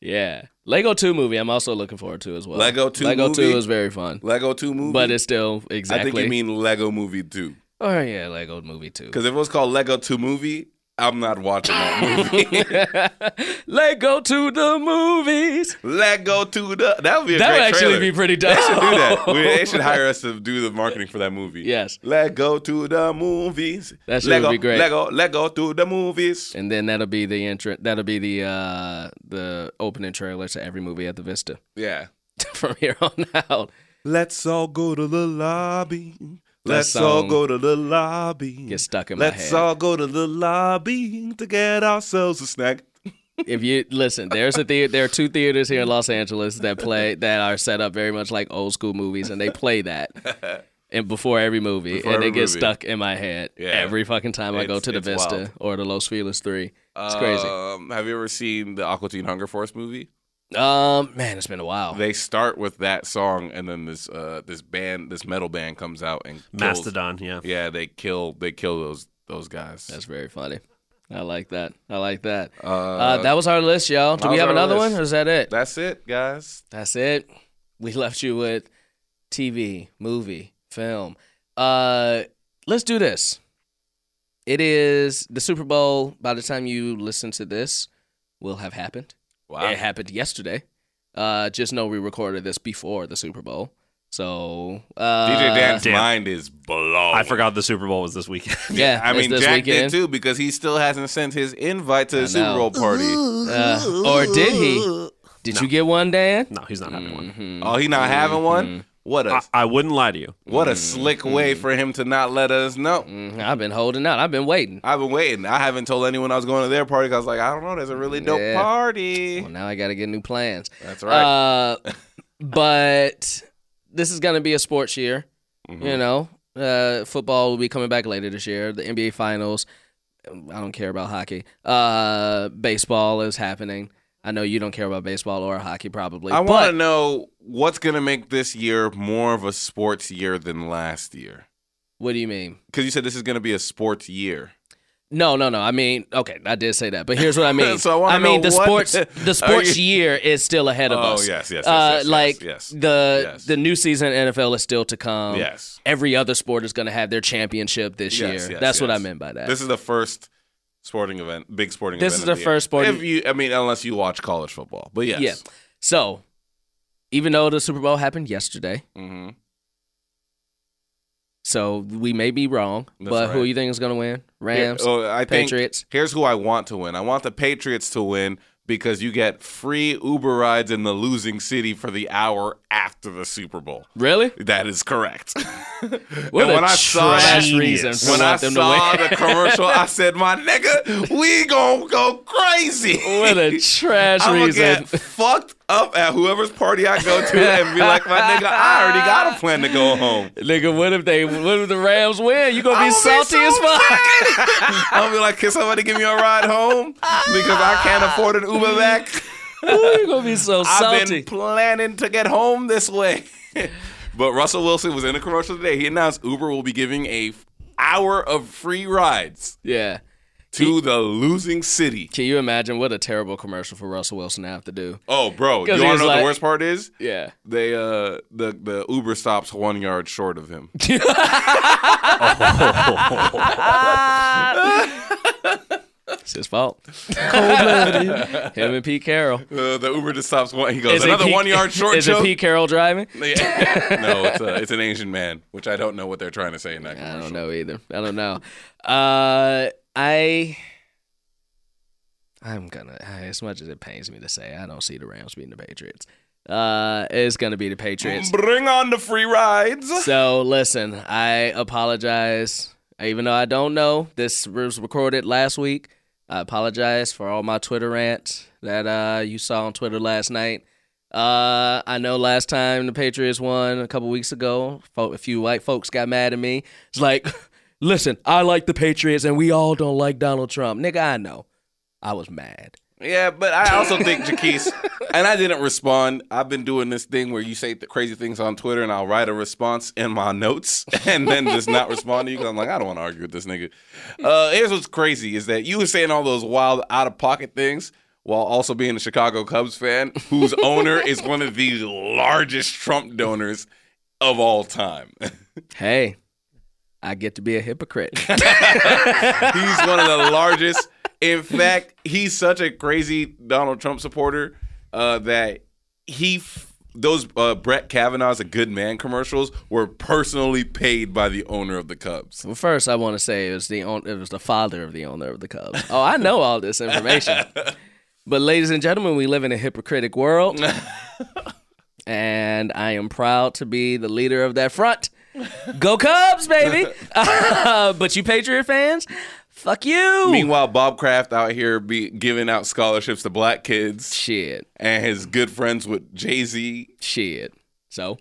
Speaker 5: yeah, Lego Two movie. I'm also looking forward to as well.
Speaker 3: Lego 2
Speaker 5: Lego
Speaker 3: movie?
Speaker 5: Two is very fun,
Speaker 3: Lego 2 movie.
Speaker 5: but it's still exactly.
Speaker 3: I think you mean Lego Movie 2.
Speaker 5: Oh yeah, Lego Movie Two.
Speaker 3: Because if it was called Lego 2 Movie, I'm not watching that movie.
Speaker 5: Let go to the movies.
Speaker 3: Lego 2 the, that would be a
Speaker 5: That
Speaker 3: great
Speaker 5: would actually
Speaker 3: trailer.
Speaker 5: be pretty dope.
Speaker 3: They should do that. We, they should hire us to do the marketing for that movie.
Speaker 5: Yes.
Speaker 3: Lego to the movies.
Speaker 5: That shit would
Speaker 3: Lego,
Speaker 5: be great.
Speaker 3: Lego, Lego to the movies.
Speaker 5: And then that'll be the entrance. That'll be the uh the opening trailer to every movie at the Vista
Speaker 3: Yeah.
Speaker 5: from here on out.
Speaker 3: Let's all go to the lobby. Let's
Speaker 5: song
Speaker 3: all go to the lobby.
Speaker 5: gets stuck in my
Speaker 3: Let's
Speaker 5: head.
Speaker 3: all go to the lobby to get ourselves a snack.
Speaker 5: If you listen, there's a theater. There are two theaters here in Los Angeles that play that are set up very much like old school movies, and they play that. And before every movie,
Speaker 3: Before
Speaker 5: and
Speaker 3: every
Speaker 5: it gets
Speaker 3: movie.
Speaker 5: stuck in my head
Speaker 3: Yeah.
Speaker 5: every fucking time I go
Speaker 3: It's-
Speaker 5: to the
Speaker 3: it's
Speaker 5: Vista
Speaker 3: wild.
Speaker 5: or the Los Feliz Three. It's crazy.
Speaker 3: Um, have you ever seen the Aqua Teen Hunger Force movie?
Speaker 5: Um, man, it's been a while.
Speaker 3: they start with that song and then this uh this band this metal band comes out and kills-
Speaker 4: Mastodon, yeah.
Speaker 3: yeah they kill they kill those those guys
Speaker 5: That's very funny. I like that. I like that. Uh,
Speaker 3: uh,
Speaker 5: that was our list, y'all. Do
Speaker 3: that
Speaker 5: we
Speaker 3: was
Speaker 5: have
Speaker 3: our
Speaker 5: another
Speaker 3: list.
Speaker 5: one, or is that it?
Speaker 3: that's it guys
Speaker 5: That's it. We left you with TV, movie, film. Uh, let's do this. It is the Super Bowl. By the time you listen to this, will have happened.
Speaker 3: wow
Speaker 5: It happened yesterday. Uh, just know we recorded this before the Super Bowl. So uh,
Speaker 3: dj dan's
Speaker 4: Damn.
Speaker 3: mind is blown
Speaker 4: I forgot the Super Bowl was this weekend.
Speaker 5: Yeah,
Speaker 3: i
Speaker 5: it's
Speaker 3: mean
Speaker 5: this
Speaker 3: jack
Speaker 5: weekend.
Speaker 3: did too because he still hasn't sent his invite to the
Speaker 5: I
Speaker 3: super bowl
Speaker 5: know.
Speaker 3: party
Speaker 5: Uh, or did he? Did you get one, Dan?
Speaker 4: No, he's not having one.
Speaker 3: oh he not
Speaker 5: Mm-hmm.
Speaker 3: having one what a
Speaker 4: I, I wouldn't lie to you.
Speaker 3: what a slick way
Speaker 5: Mm-hmm.
Speaker 3: for him to not let us know
Speaker 5: Mhm, I've been holding out. I've been waiting.
Speaker 3: I've been waiting. I haven't told anyone I was going to their party 'cause I was like, I don't know. There's a really dope
Speaker 5: Yeah.
Speaker 3: party.
Speaker 5: Well, now I got to get new plans.
Speaker 3: That's right.
Speaker 5: Uh, but this is going to be a sports year.
Speaker 3: Mm-hmm.
Speaker 5: You know, uh, football will be coming back later this year. The NBA Finals. I don't care about hockey. Uh, baseball is happening. I know you don't care about baseball or hockey, probably.
Speaker 3: I
Speaker 5: but
Speaker 3: want to know what's going to make this year more of a sports year than last year.
Speaker 5: What do you mean?
Speaker 3: Because you said this is going to be a sports year.
Speaker 5: No, no, no. I mean, okay, I did say that, but here's what I mean.
Speaker 3: So I wanna
Speaker 5: mean,
Speaker 3: know
Speaker 5: the
Speaker 3: what-
Speaker 5: sports,
Speaker 3: Are
Speaker 5: the sports
Speaker 3: you-
Speaker 5: year is still ahead of
Speaker 3: Oh,
Speaker 5: us.
Speaker 3: yes, yes, yes,
Speaker 5: Uh,
Speaker 3: yes, yes,
Speaker 5: like
Speaker 3: yes.
Speaker 5: the
Speaker 3: Yes.
Speaker 5: the new season NFL is still to come.
Speaker 3: Yes.
Speaker 5: every other sport is going to have their championship this
Speaker 3: Yes,
Speaker 5: year.
Speaker 3: yes,
Speaker 5: That's what I
Speaker 3: yes.
Speaker 5: meant by that.
Speaker 3: This is the first sporting event, big sporting
Speaker 5: This
Speaker 3: event.
Speaker 5: is
Speaker 3: of
Speaker 5: the
Speaker 3: year.
Speaker 5: first sporting-
Speaker 3: If you, I mean, unless you watch college football. But yes.
Speaker 5: Yeah. So, even though the Super Bowl happened yesterday,
Speaker 3: hmm
Speaker 5: so we may be wrong,
Speaker 3: That's
Speaker 5: but who
Speaker 3: right.
Speaker 5: you think is going to win? Rams.
Speaker 3: Here- oh, I think
Speaker 5: Patriots.
Speaker 3: here's who I want to win. I want the Patriots to win because you get free Uber rides in the losing city for the hour after the Super Bowl.
Speaker 5: Really?
Speaker 3: That is correct.
Speaker 5: What
Speaker 3: and
Speaker 5: a
Speaker 3: when I saw that,
Speaker 5: trash reason for
Speaker 3: when I
Speaker 5: want them to
Speaker 3: saw
Speaker 5: win.
Speaker 3: the commercial, I said, "My nigga, we gonna go crazy."
Speaker 5: what a trash
Speaker 3: I'm gonna
Speaker 5: reason.
Speaker 3: get fucked up at whoever's party I go to and be like, my nigga, I already got a plan to go home.
Speaker 5: Nigga, what if they what if the Rams win? You gonna be
Speaker 3: I'ma
Speaker 5: salty
Speaker 3: so
Speaker 5: as fuck.
Speaker 3: upset. I'm gonna be like, can somebody give me a ride home? Because I can't afford an Uber back.
Speaker 5: Ooh, you gonna be so
Speaker 3: I've been
Speaker 5: salty.
Speaker 3: planning to get home this way. but Russell Wilson was in a commercial today. He announced Uber will be giving a f- hour of free rides
Speaker 5: yeah.
Speaker 3: to the losing city.
Speaker 5: Can you imagine what a terrible commercial for Russell Wilson to have to do?
Speaker 3: Oh, bro, you wanna
Speaker 5: 'Cause he
Speaker 3: know
Speaker 5: was
Speaker 3: what the
Speaker 5: like-
Speaker 3: worst part is?
Speaker 5: Yeah.
Speaker 3: They uh the the Uber stops one yard short of him.
Speaker 5: It's his fault. Him and Pete Carroll.
Speaker 3: Uh, the Uber just stops one. He goes
Speaker 5: Is it
Speaker 3: another
Speaker 5: Pete-
Speaker 3: one yard short.
Speaker 5: Is
Speaker 3: joke?
Speaker 5: it Pete Carroll driving?
Speaker 3: Yeah. no, it's, a, it's an Asian man, which I don't know what they're trying to say in that
Speaker 5: I
Speaker 3: commercial.
Speaker 5: don't know either. I don't know. Uh, I I'm gonna as much as it pains me to say, I don't see the Rams beating the Patriots. Uh, it's gonna be the Patriots.
Speaker 3: Bring on the free rides.
Speaker 5: So listen, I apologize. Even though I don't know, this was recorded last week. I apologize for all my Twitter rants that uh, you saw on Twitter last night. Uh, I know last time the Patriots won a couple weeks ago, fo- a few white folks got mad at me. It's like, listen, I like the Patriots and we all don't like Donald Trump. Nigga, I know. I was mad.
Speaker 3: Yeah, but I also think Jaquise, and I didn't respond. I've been doing this thing where you say th- crazy things on Twitter, and I'll write a response in my notes, and then just not respond to you because I'm like, I don't want to argue with this nigga. Uh, here's what's crazy is that you were saying all those wild, out of pocket things while also being a Chicago Cubs fan, whose owner is one of the largest Trump donors of all time.
Speaker 5: Hey, I get to be a hypocrite.
Speaker 3: He's one of the largest. In fact, he's such a crazy Donald Trump supporter uh, that he f- those uh, Brett Kavanaugh's "A Good Man" commercials were personally paid by the owner of the Cubs.
Speaker 5: Well, first, I want to say it was the own, it was the father of the owner of the Cubs. Oh, I know all this information. but, ladies and gentlemen, we live in a hypocritic world, and I am proud to be the leader of that front. Go Cubs, baby! but you Patriot fans, fuck you.
Speaker 3: Meanwhile, Bob Kraft out here be giving out scholarships to black kids
Speaker 5: shit,
Speaker 3: and his good friends with Jay Z.
Speaker 5: shit. So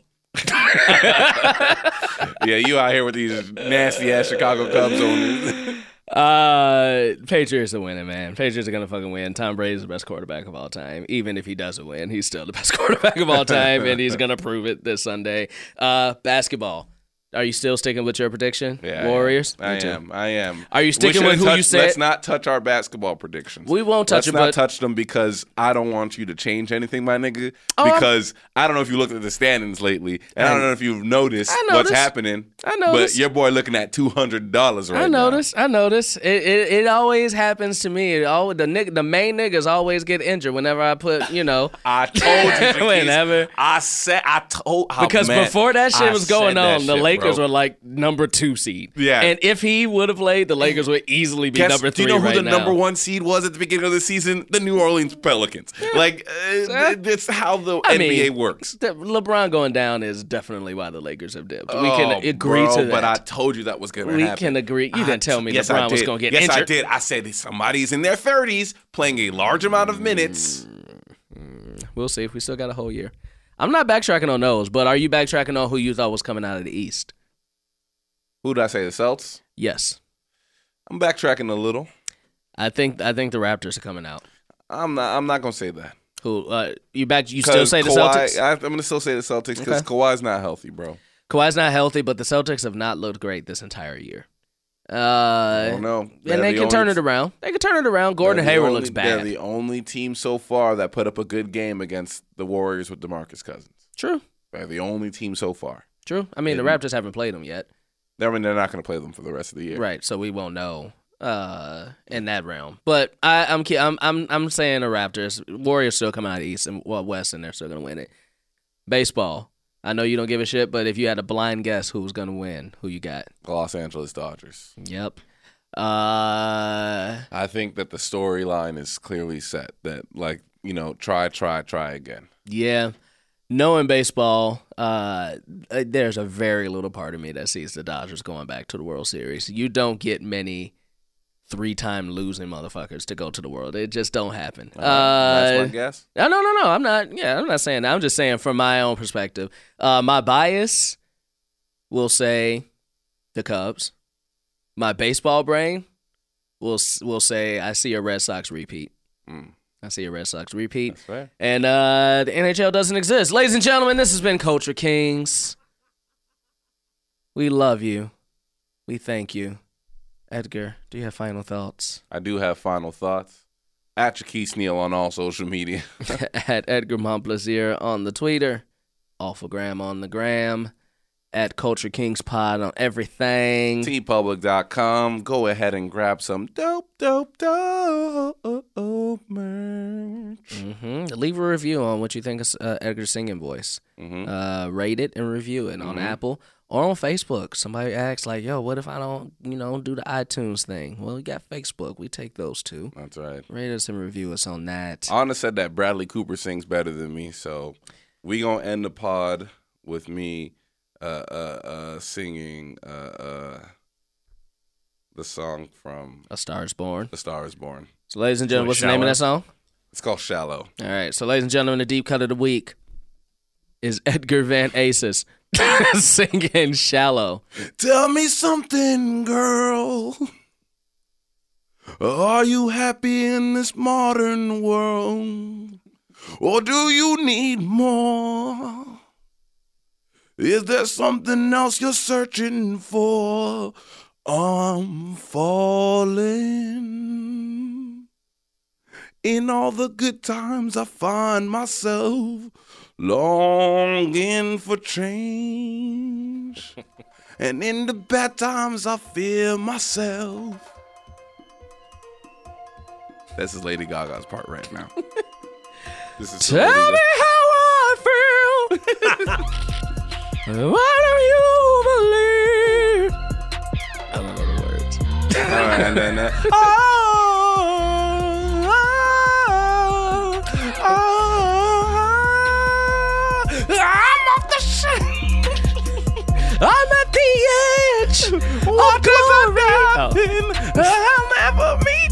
Speaker 3: Yeah, you out here with these nasty ass Chicago Cubs owners.
Speaker 5: Uh, Patriots are winning, man. Patriots are gonna fucking win. Tom Brady's the best quarterback of all time. Even if he doesn't win, he's still the best quarterback of all time, and he's gonna prove it this Sunday. Uh, basketball. Are you still sticking with your prediction,
Speaker 3: Yeah, I am.
Speaker 5: Warriors?
Speaker 3: I
Speaker 5: Me too.
Speaker 3: am. I am.
Speaker 5: Are you
Speaker 3: We
Speaker 5: sticking
Speaker 3: shouldn't
Speaker 5: with who
Speaker 3: touch-
Speaker 5: you said?
Speaker 3: Let's not touch our basketball predictions.
Speaker 5: We won't touch
Speaker 3: Let's
Speaker 5: it,
Speaker 3: not
Speaker 5: but
Speaker 3: touch them because I don't want you to change anything, my nigga.
Speaker 5: I'm-
Speaker 3: Because I don't know if you looked at the standings lately, and I, don't know if you've noticed
Speaker 5: I know
Speaker 3: what's
Speaker 5: this.
Speaker 3: happening.
Speaker 5: I know
Speaker 3: but
Speaker 5: this.
Speaker 3: your boy looking at two hundred dollars right
Speaker 5: I
Speaker 3: now.
Speaker 5: notice. I notice. It, it it always happens to me. It all the nick the main niggas always get injured whenever I put you know.
Speaker 3: I told you,
Speaker 5: Whenever.
Speaker 3: whenever I said, I told oh,
Speaker 5: Because
Speaker 3: man,
Speaker 5: before that shit
Speaker 3: I
Speaker 5: was
Speaker 3: said
Speaker 5: going
Speaker 3: that
Speaker 5: on, the
Speaker 3: shit,
Speaker 5: Lakers
Speaker 3: bro.
Speaker 5: were like number two seed.
Speaker 3: Yeah.
Speaker 5: And if he would have played, the Lakers would easily be
Speaker 3: Guess- do
Speaker 5: number three.
Speaker 3: you know who
Speaker 5: right
Speaker 3: the
Speaker 5: now.
Speaker 3: number one seed was at the beginning of the season? The New Orleans Pelicans. Like, uh, th- that's how the
Speaker 5: I mean,
Speaker 3: NBA works.
Speaker 5: The- LeBron going down is definitely why the Lakers have dipped. We
Speaker 3: Oh,
Speaker 5: can agree
Speaker 3: bro,
Speaker 5: to that.
Speaker 3: But I told you that was going to
Speaker 5: We
Speaker 3: happen.
Speaker 5: can agree- you didn't tell me
Speaker 3: yes,
Speaker 5: LeBron
Speaker 3: I
Speaker 5: was
Speaker 3: did.
Speaker 5: gonna get
Speaker 3: yes, I
Speaker 5: injured.
Speaker 3: did. I said that somebody's in their 30s playing a large amount of minutes.
Speaker 5: we'll see if we still got a whole year. I'm not backtracking on those, but are you backtracking on who you thought was coming out of the East?
Speaker 3: Who did I say? The Celts?
Speaker 5: Yes,
Speaker 3: I'm backtracking a little.
Speaker 5: I think I think the Raptors are coming out.
Speaker 3: I'm not. I'm not gonna say that.
Speaker 5: Who uh, you back? You
Speaker 3: 'Cause
Speaker 5: still say the
Speaker 3: Kawhi-
Speaker 5: Celtics?
Speaker 3: I, I'm gonna still say the Celtics because Kawhi's not healthy, bro.
Speaker 5: Kawhi's not healthy, but the Celtics have not looked great this entire year.
Speaker 3: I
Speaker 5: Uh,
Speaker 3: don't know. They're
Speaker 5: and they
Speaker 3: the
Speaker 5: can turn
Speaker 3: only-
Speaker 5: it around. They can turn it around. Gordon
Speaker 3: they're the
Speaker 5: Hayward
Speaker 3: only-
Speaker 5: looks
Speaker 3: They're
Speaker 5: bad.
Speaker 3: the only team so far that put up a good game against the Warriors with DeMarcus Cousins.
Speaker 5: True,
Speaker 3: They're the only team so far.
Speaker 5: true. I mean, the Raptors haven't played them yet.
Speaker 3: I mean, they're not gonna play them for the rest of the year.
Speaker 5: Right, so we won't know uh, in that realm. But I, I'm ki- I'm I'm I'm saying the Raptors, Warriors still come out of the East and well, West, and they're still gonna win it. Baseball, I know you don't give a shit, but if you had a blind guess who was gonna win, who you got?
Speaker 3: The Los Angeles Dodgers.
Speaker 5: Yep. Uh,
Speaker 3: I think that the storyline is clearly set that like, you know, try, try, try again.
Speaker 5: yeah. Knowing baseball, uh, there's a very little part of me that sees the Dodgers going back to the World Series. You don't get many three time losing motherfuckers to go to the world. It just don't happen.
Speaker 3: That's my
Speaker 5: Uh,
Speaker 3: guess.
Speaker 5: no, no, no, no. I'm not. Yeah, I'm not saying that. I'm just saying from my own perspective. Uh, my bias will say the Cubs. My baseball brain will s- will say I see a Red Sox repeat. I see a Red Sox repeat.
Speaker 3: That's fair.
Speaker 5: And uh, the NHL doesn't exist. Ladies and gentlemen, this has been Culture Kings. We love you. We thank you. Edgar, do you have final thoughts?
Speaker 3: I do have final thoughts. At Keith Neal on all social media.
Speaker 5: at Edgar Montplaisir on the Twitter, Alphagram on the gram, at Culture Kings Pod on everything.
Speaker 3: tpublic.com. Go ahead and grab some dope, dope, dope merch.
Speaker 5: hmm Leave a review on what you think of uh, Edgar's singing voice. Uh, rate it and review it on Apple or on Facebook. Somebody asks like, "Yo, what if I don't, you know, do the iTunes thing?" Well, we got Facebook. We take those two.
Speaker 3: That's right.
Speaker 5: Rate us and review us on that.
Speaker 3: Anna said that Bradley Cooper sings better than me, so we gonna end the pod with me uh, uh, uh, singing uh, uh, the song from
Speaker 5: A Star is Born.
Speaker 3: The Star Is Born.
Speaker 5: So, ladies and gentlemen,
Speaker 4: Like
Speaker 5: what's the name of
Speaker 4: Shallow?
Speaker 5: that song?
Speaker 3: It's called Shallow.
Speaker 5: All right. So, ladies and gentlemen, the deep cut of the week is Edgar Van Aces singing "Shallow."
Speaker 3: Tell me something, girl. Are you happy in this modern world? Or do you need more? Is there something else you're searching for? I'm falling. In all the good times, I find myself longing for change. And in the bad times, I fear myself. This is Lady Gaga's part right now. this is
Speaker 5: Tell me how I feel. Why do you believe? I don't know the words.
Speaker 3: and then, uh,
Speaker 5: I'm off the shit. I'm at the edge. What of nothing will ever mean?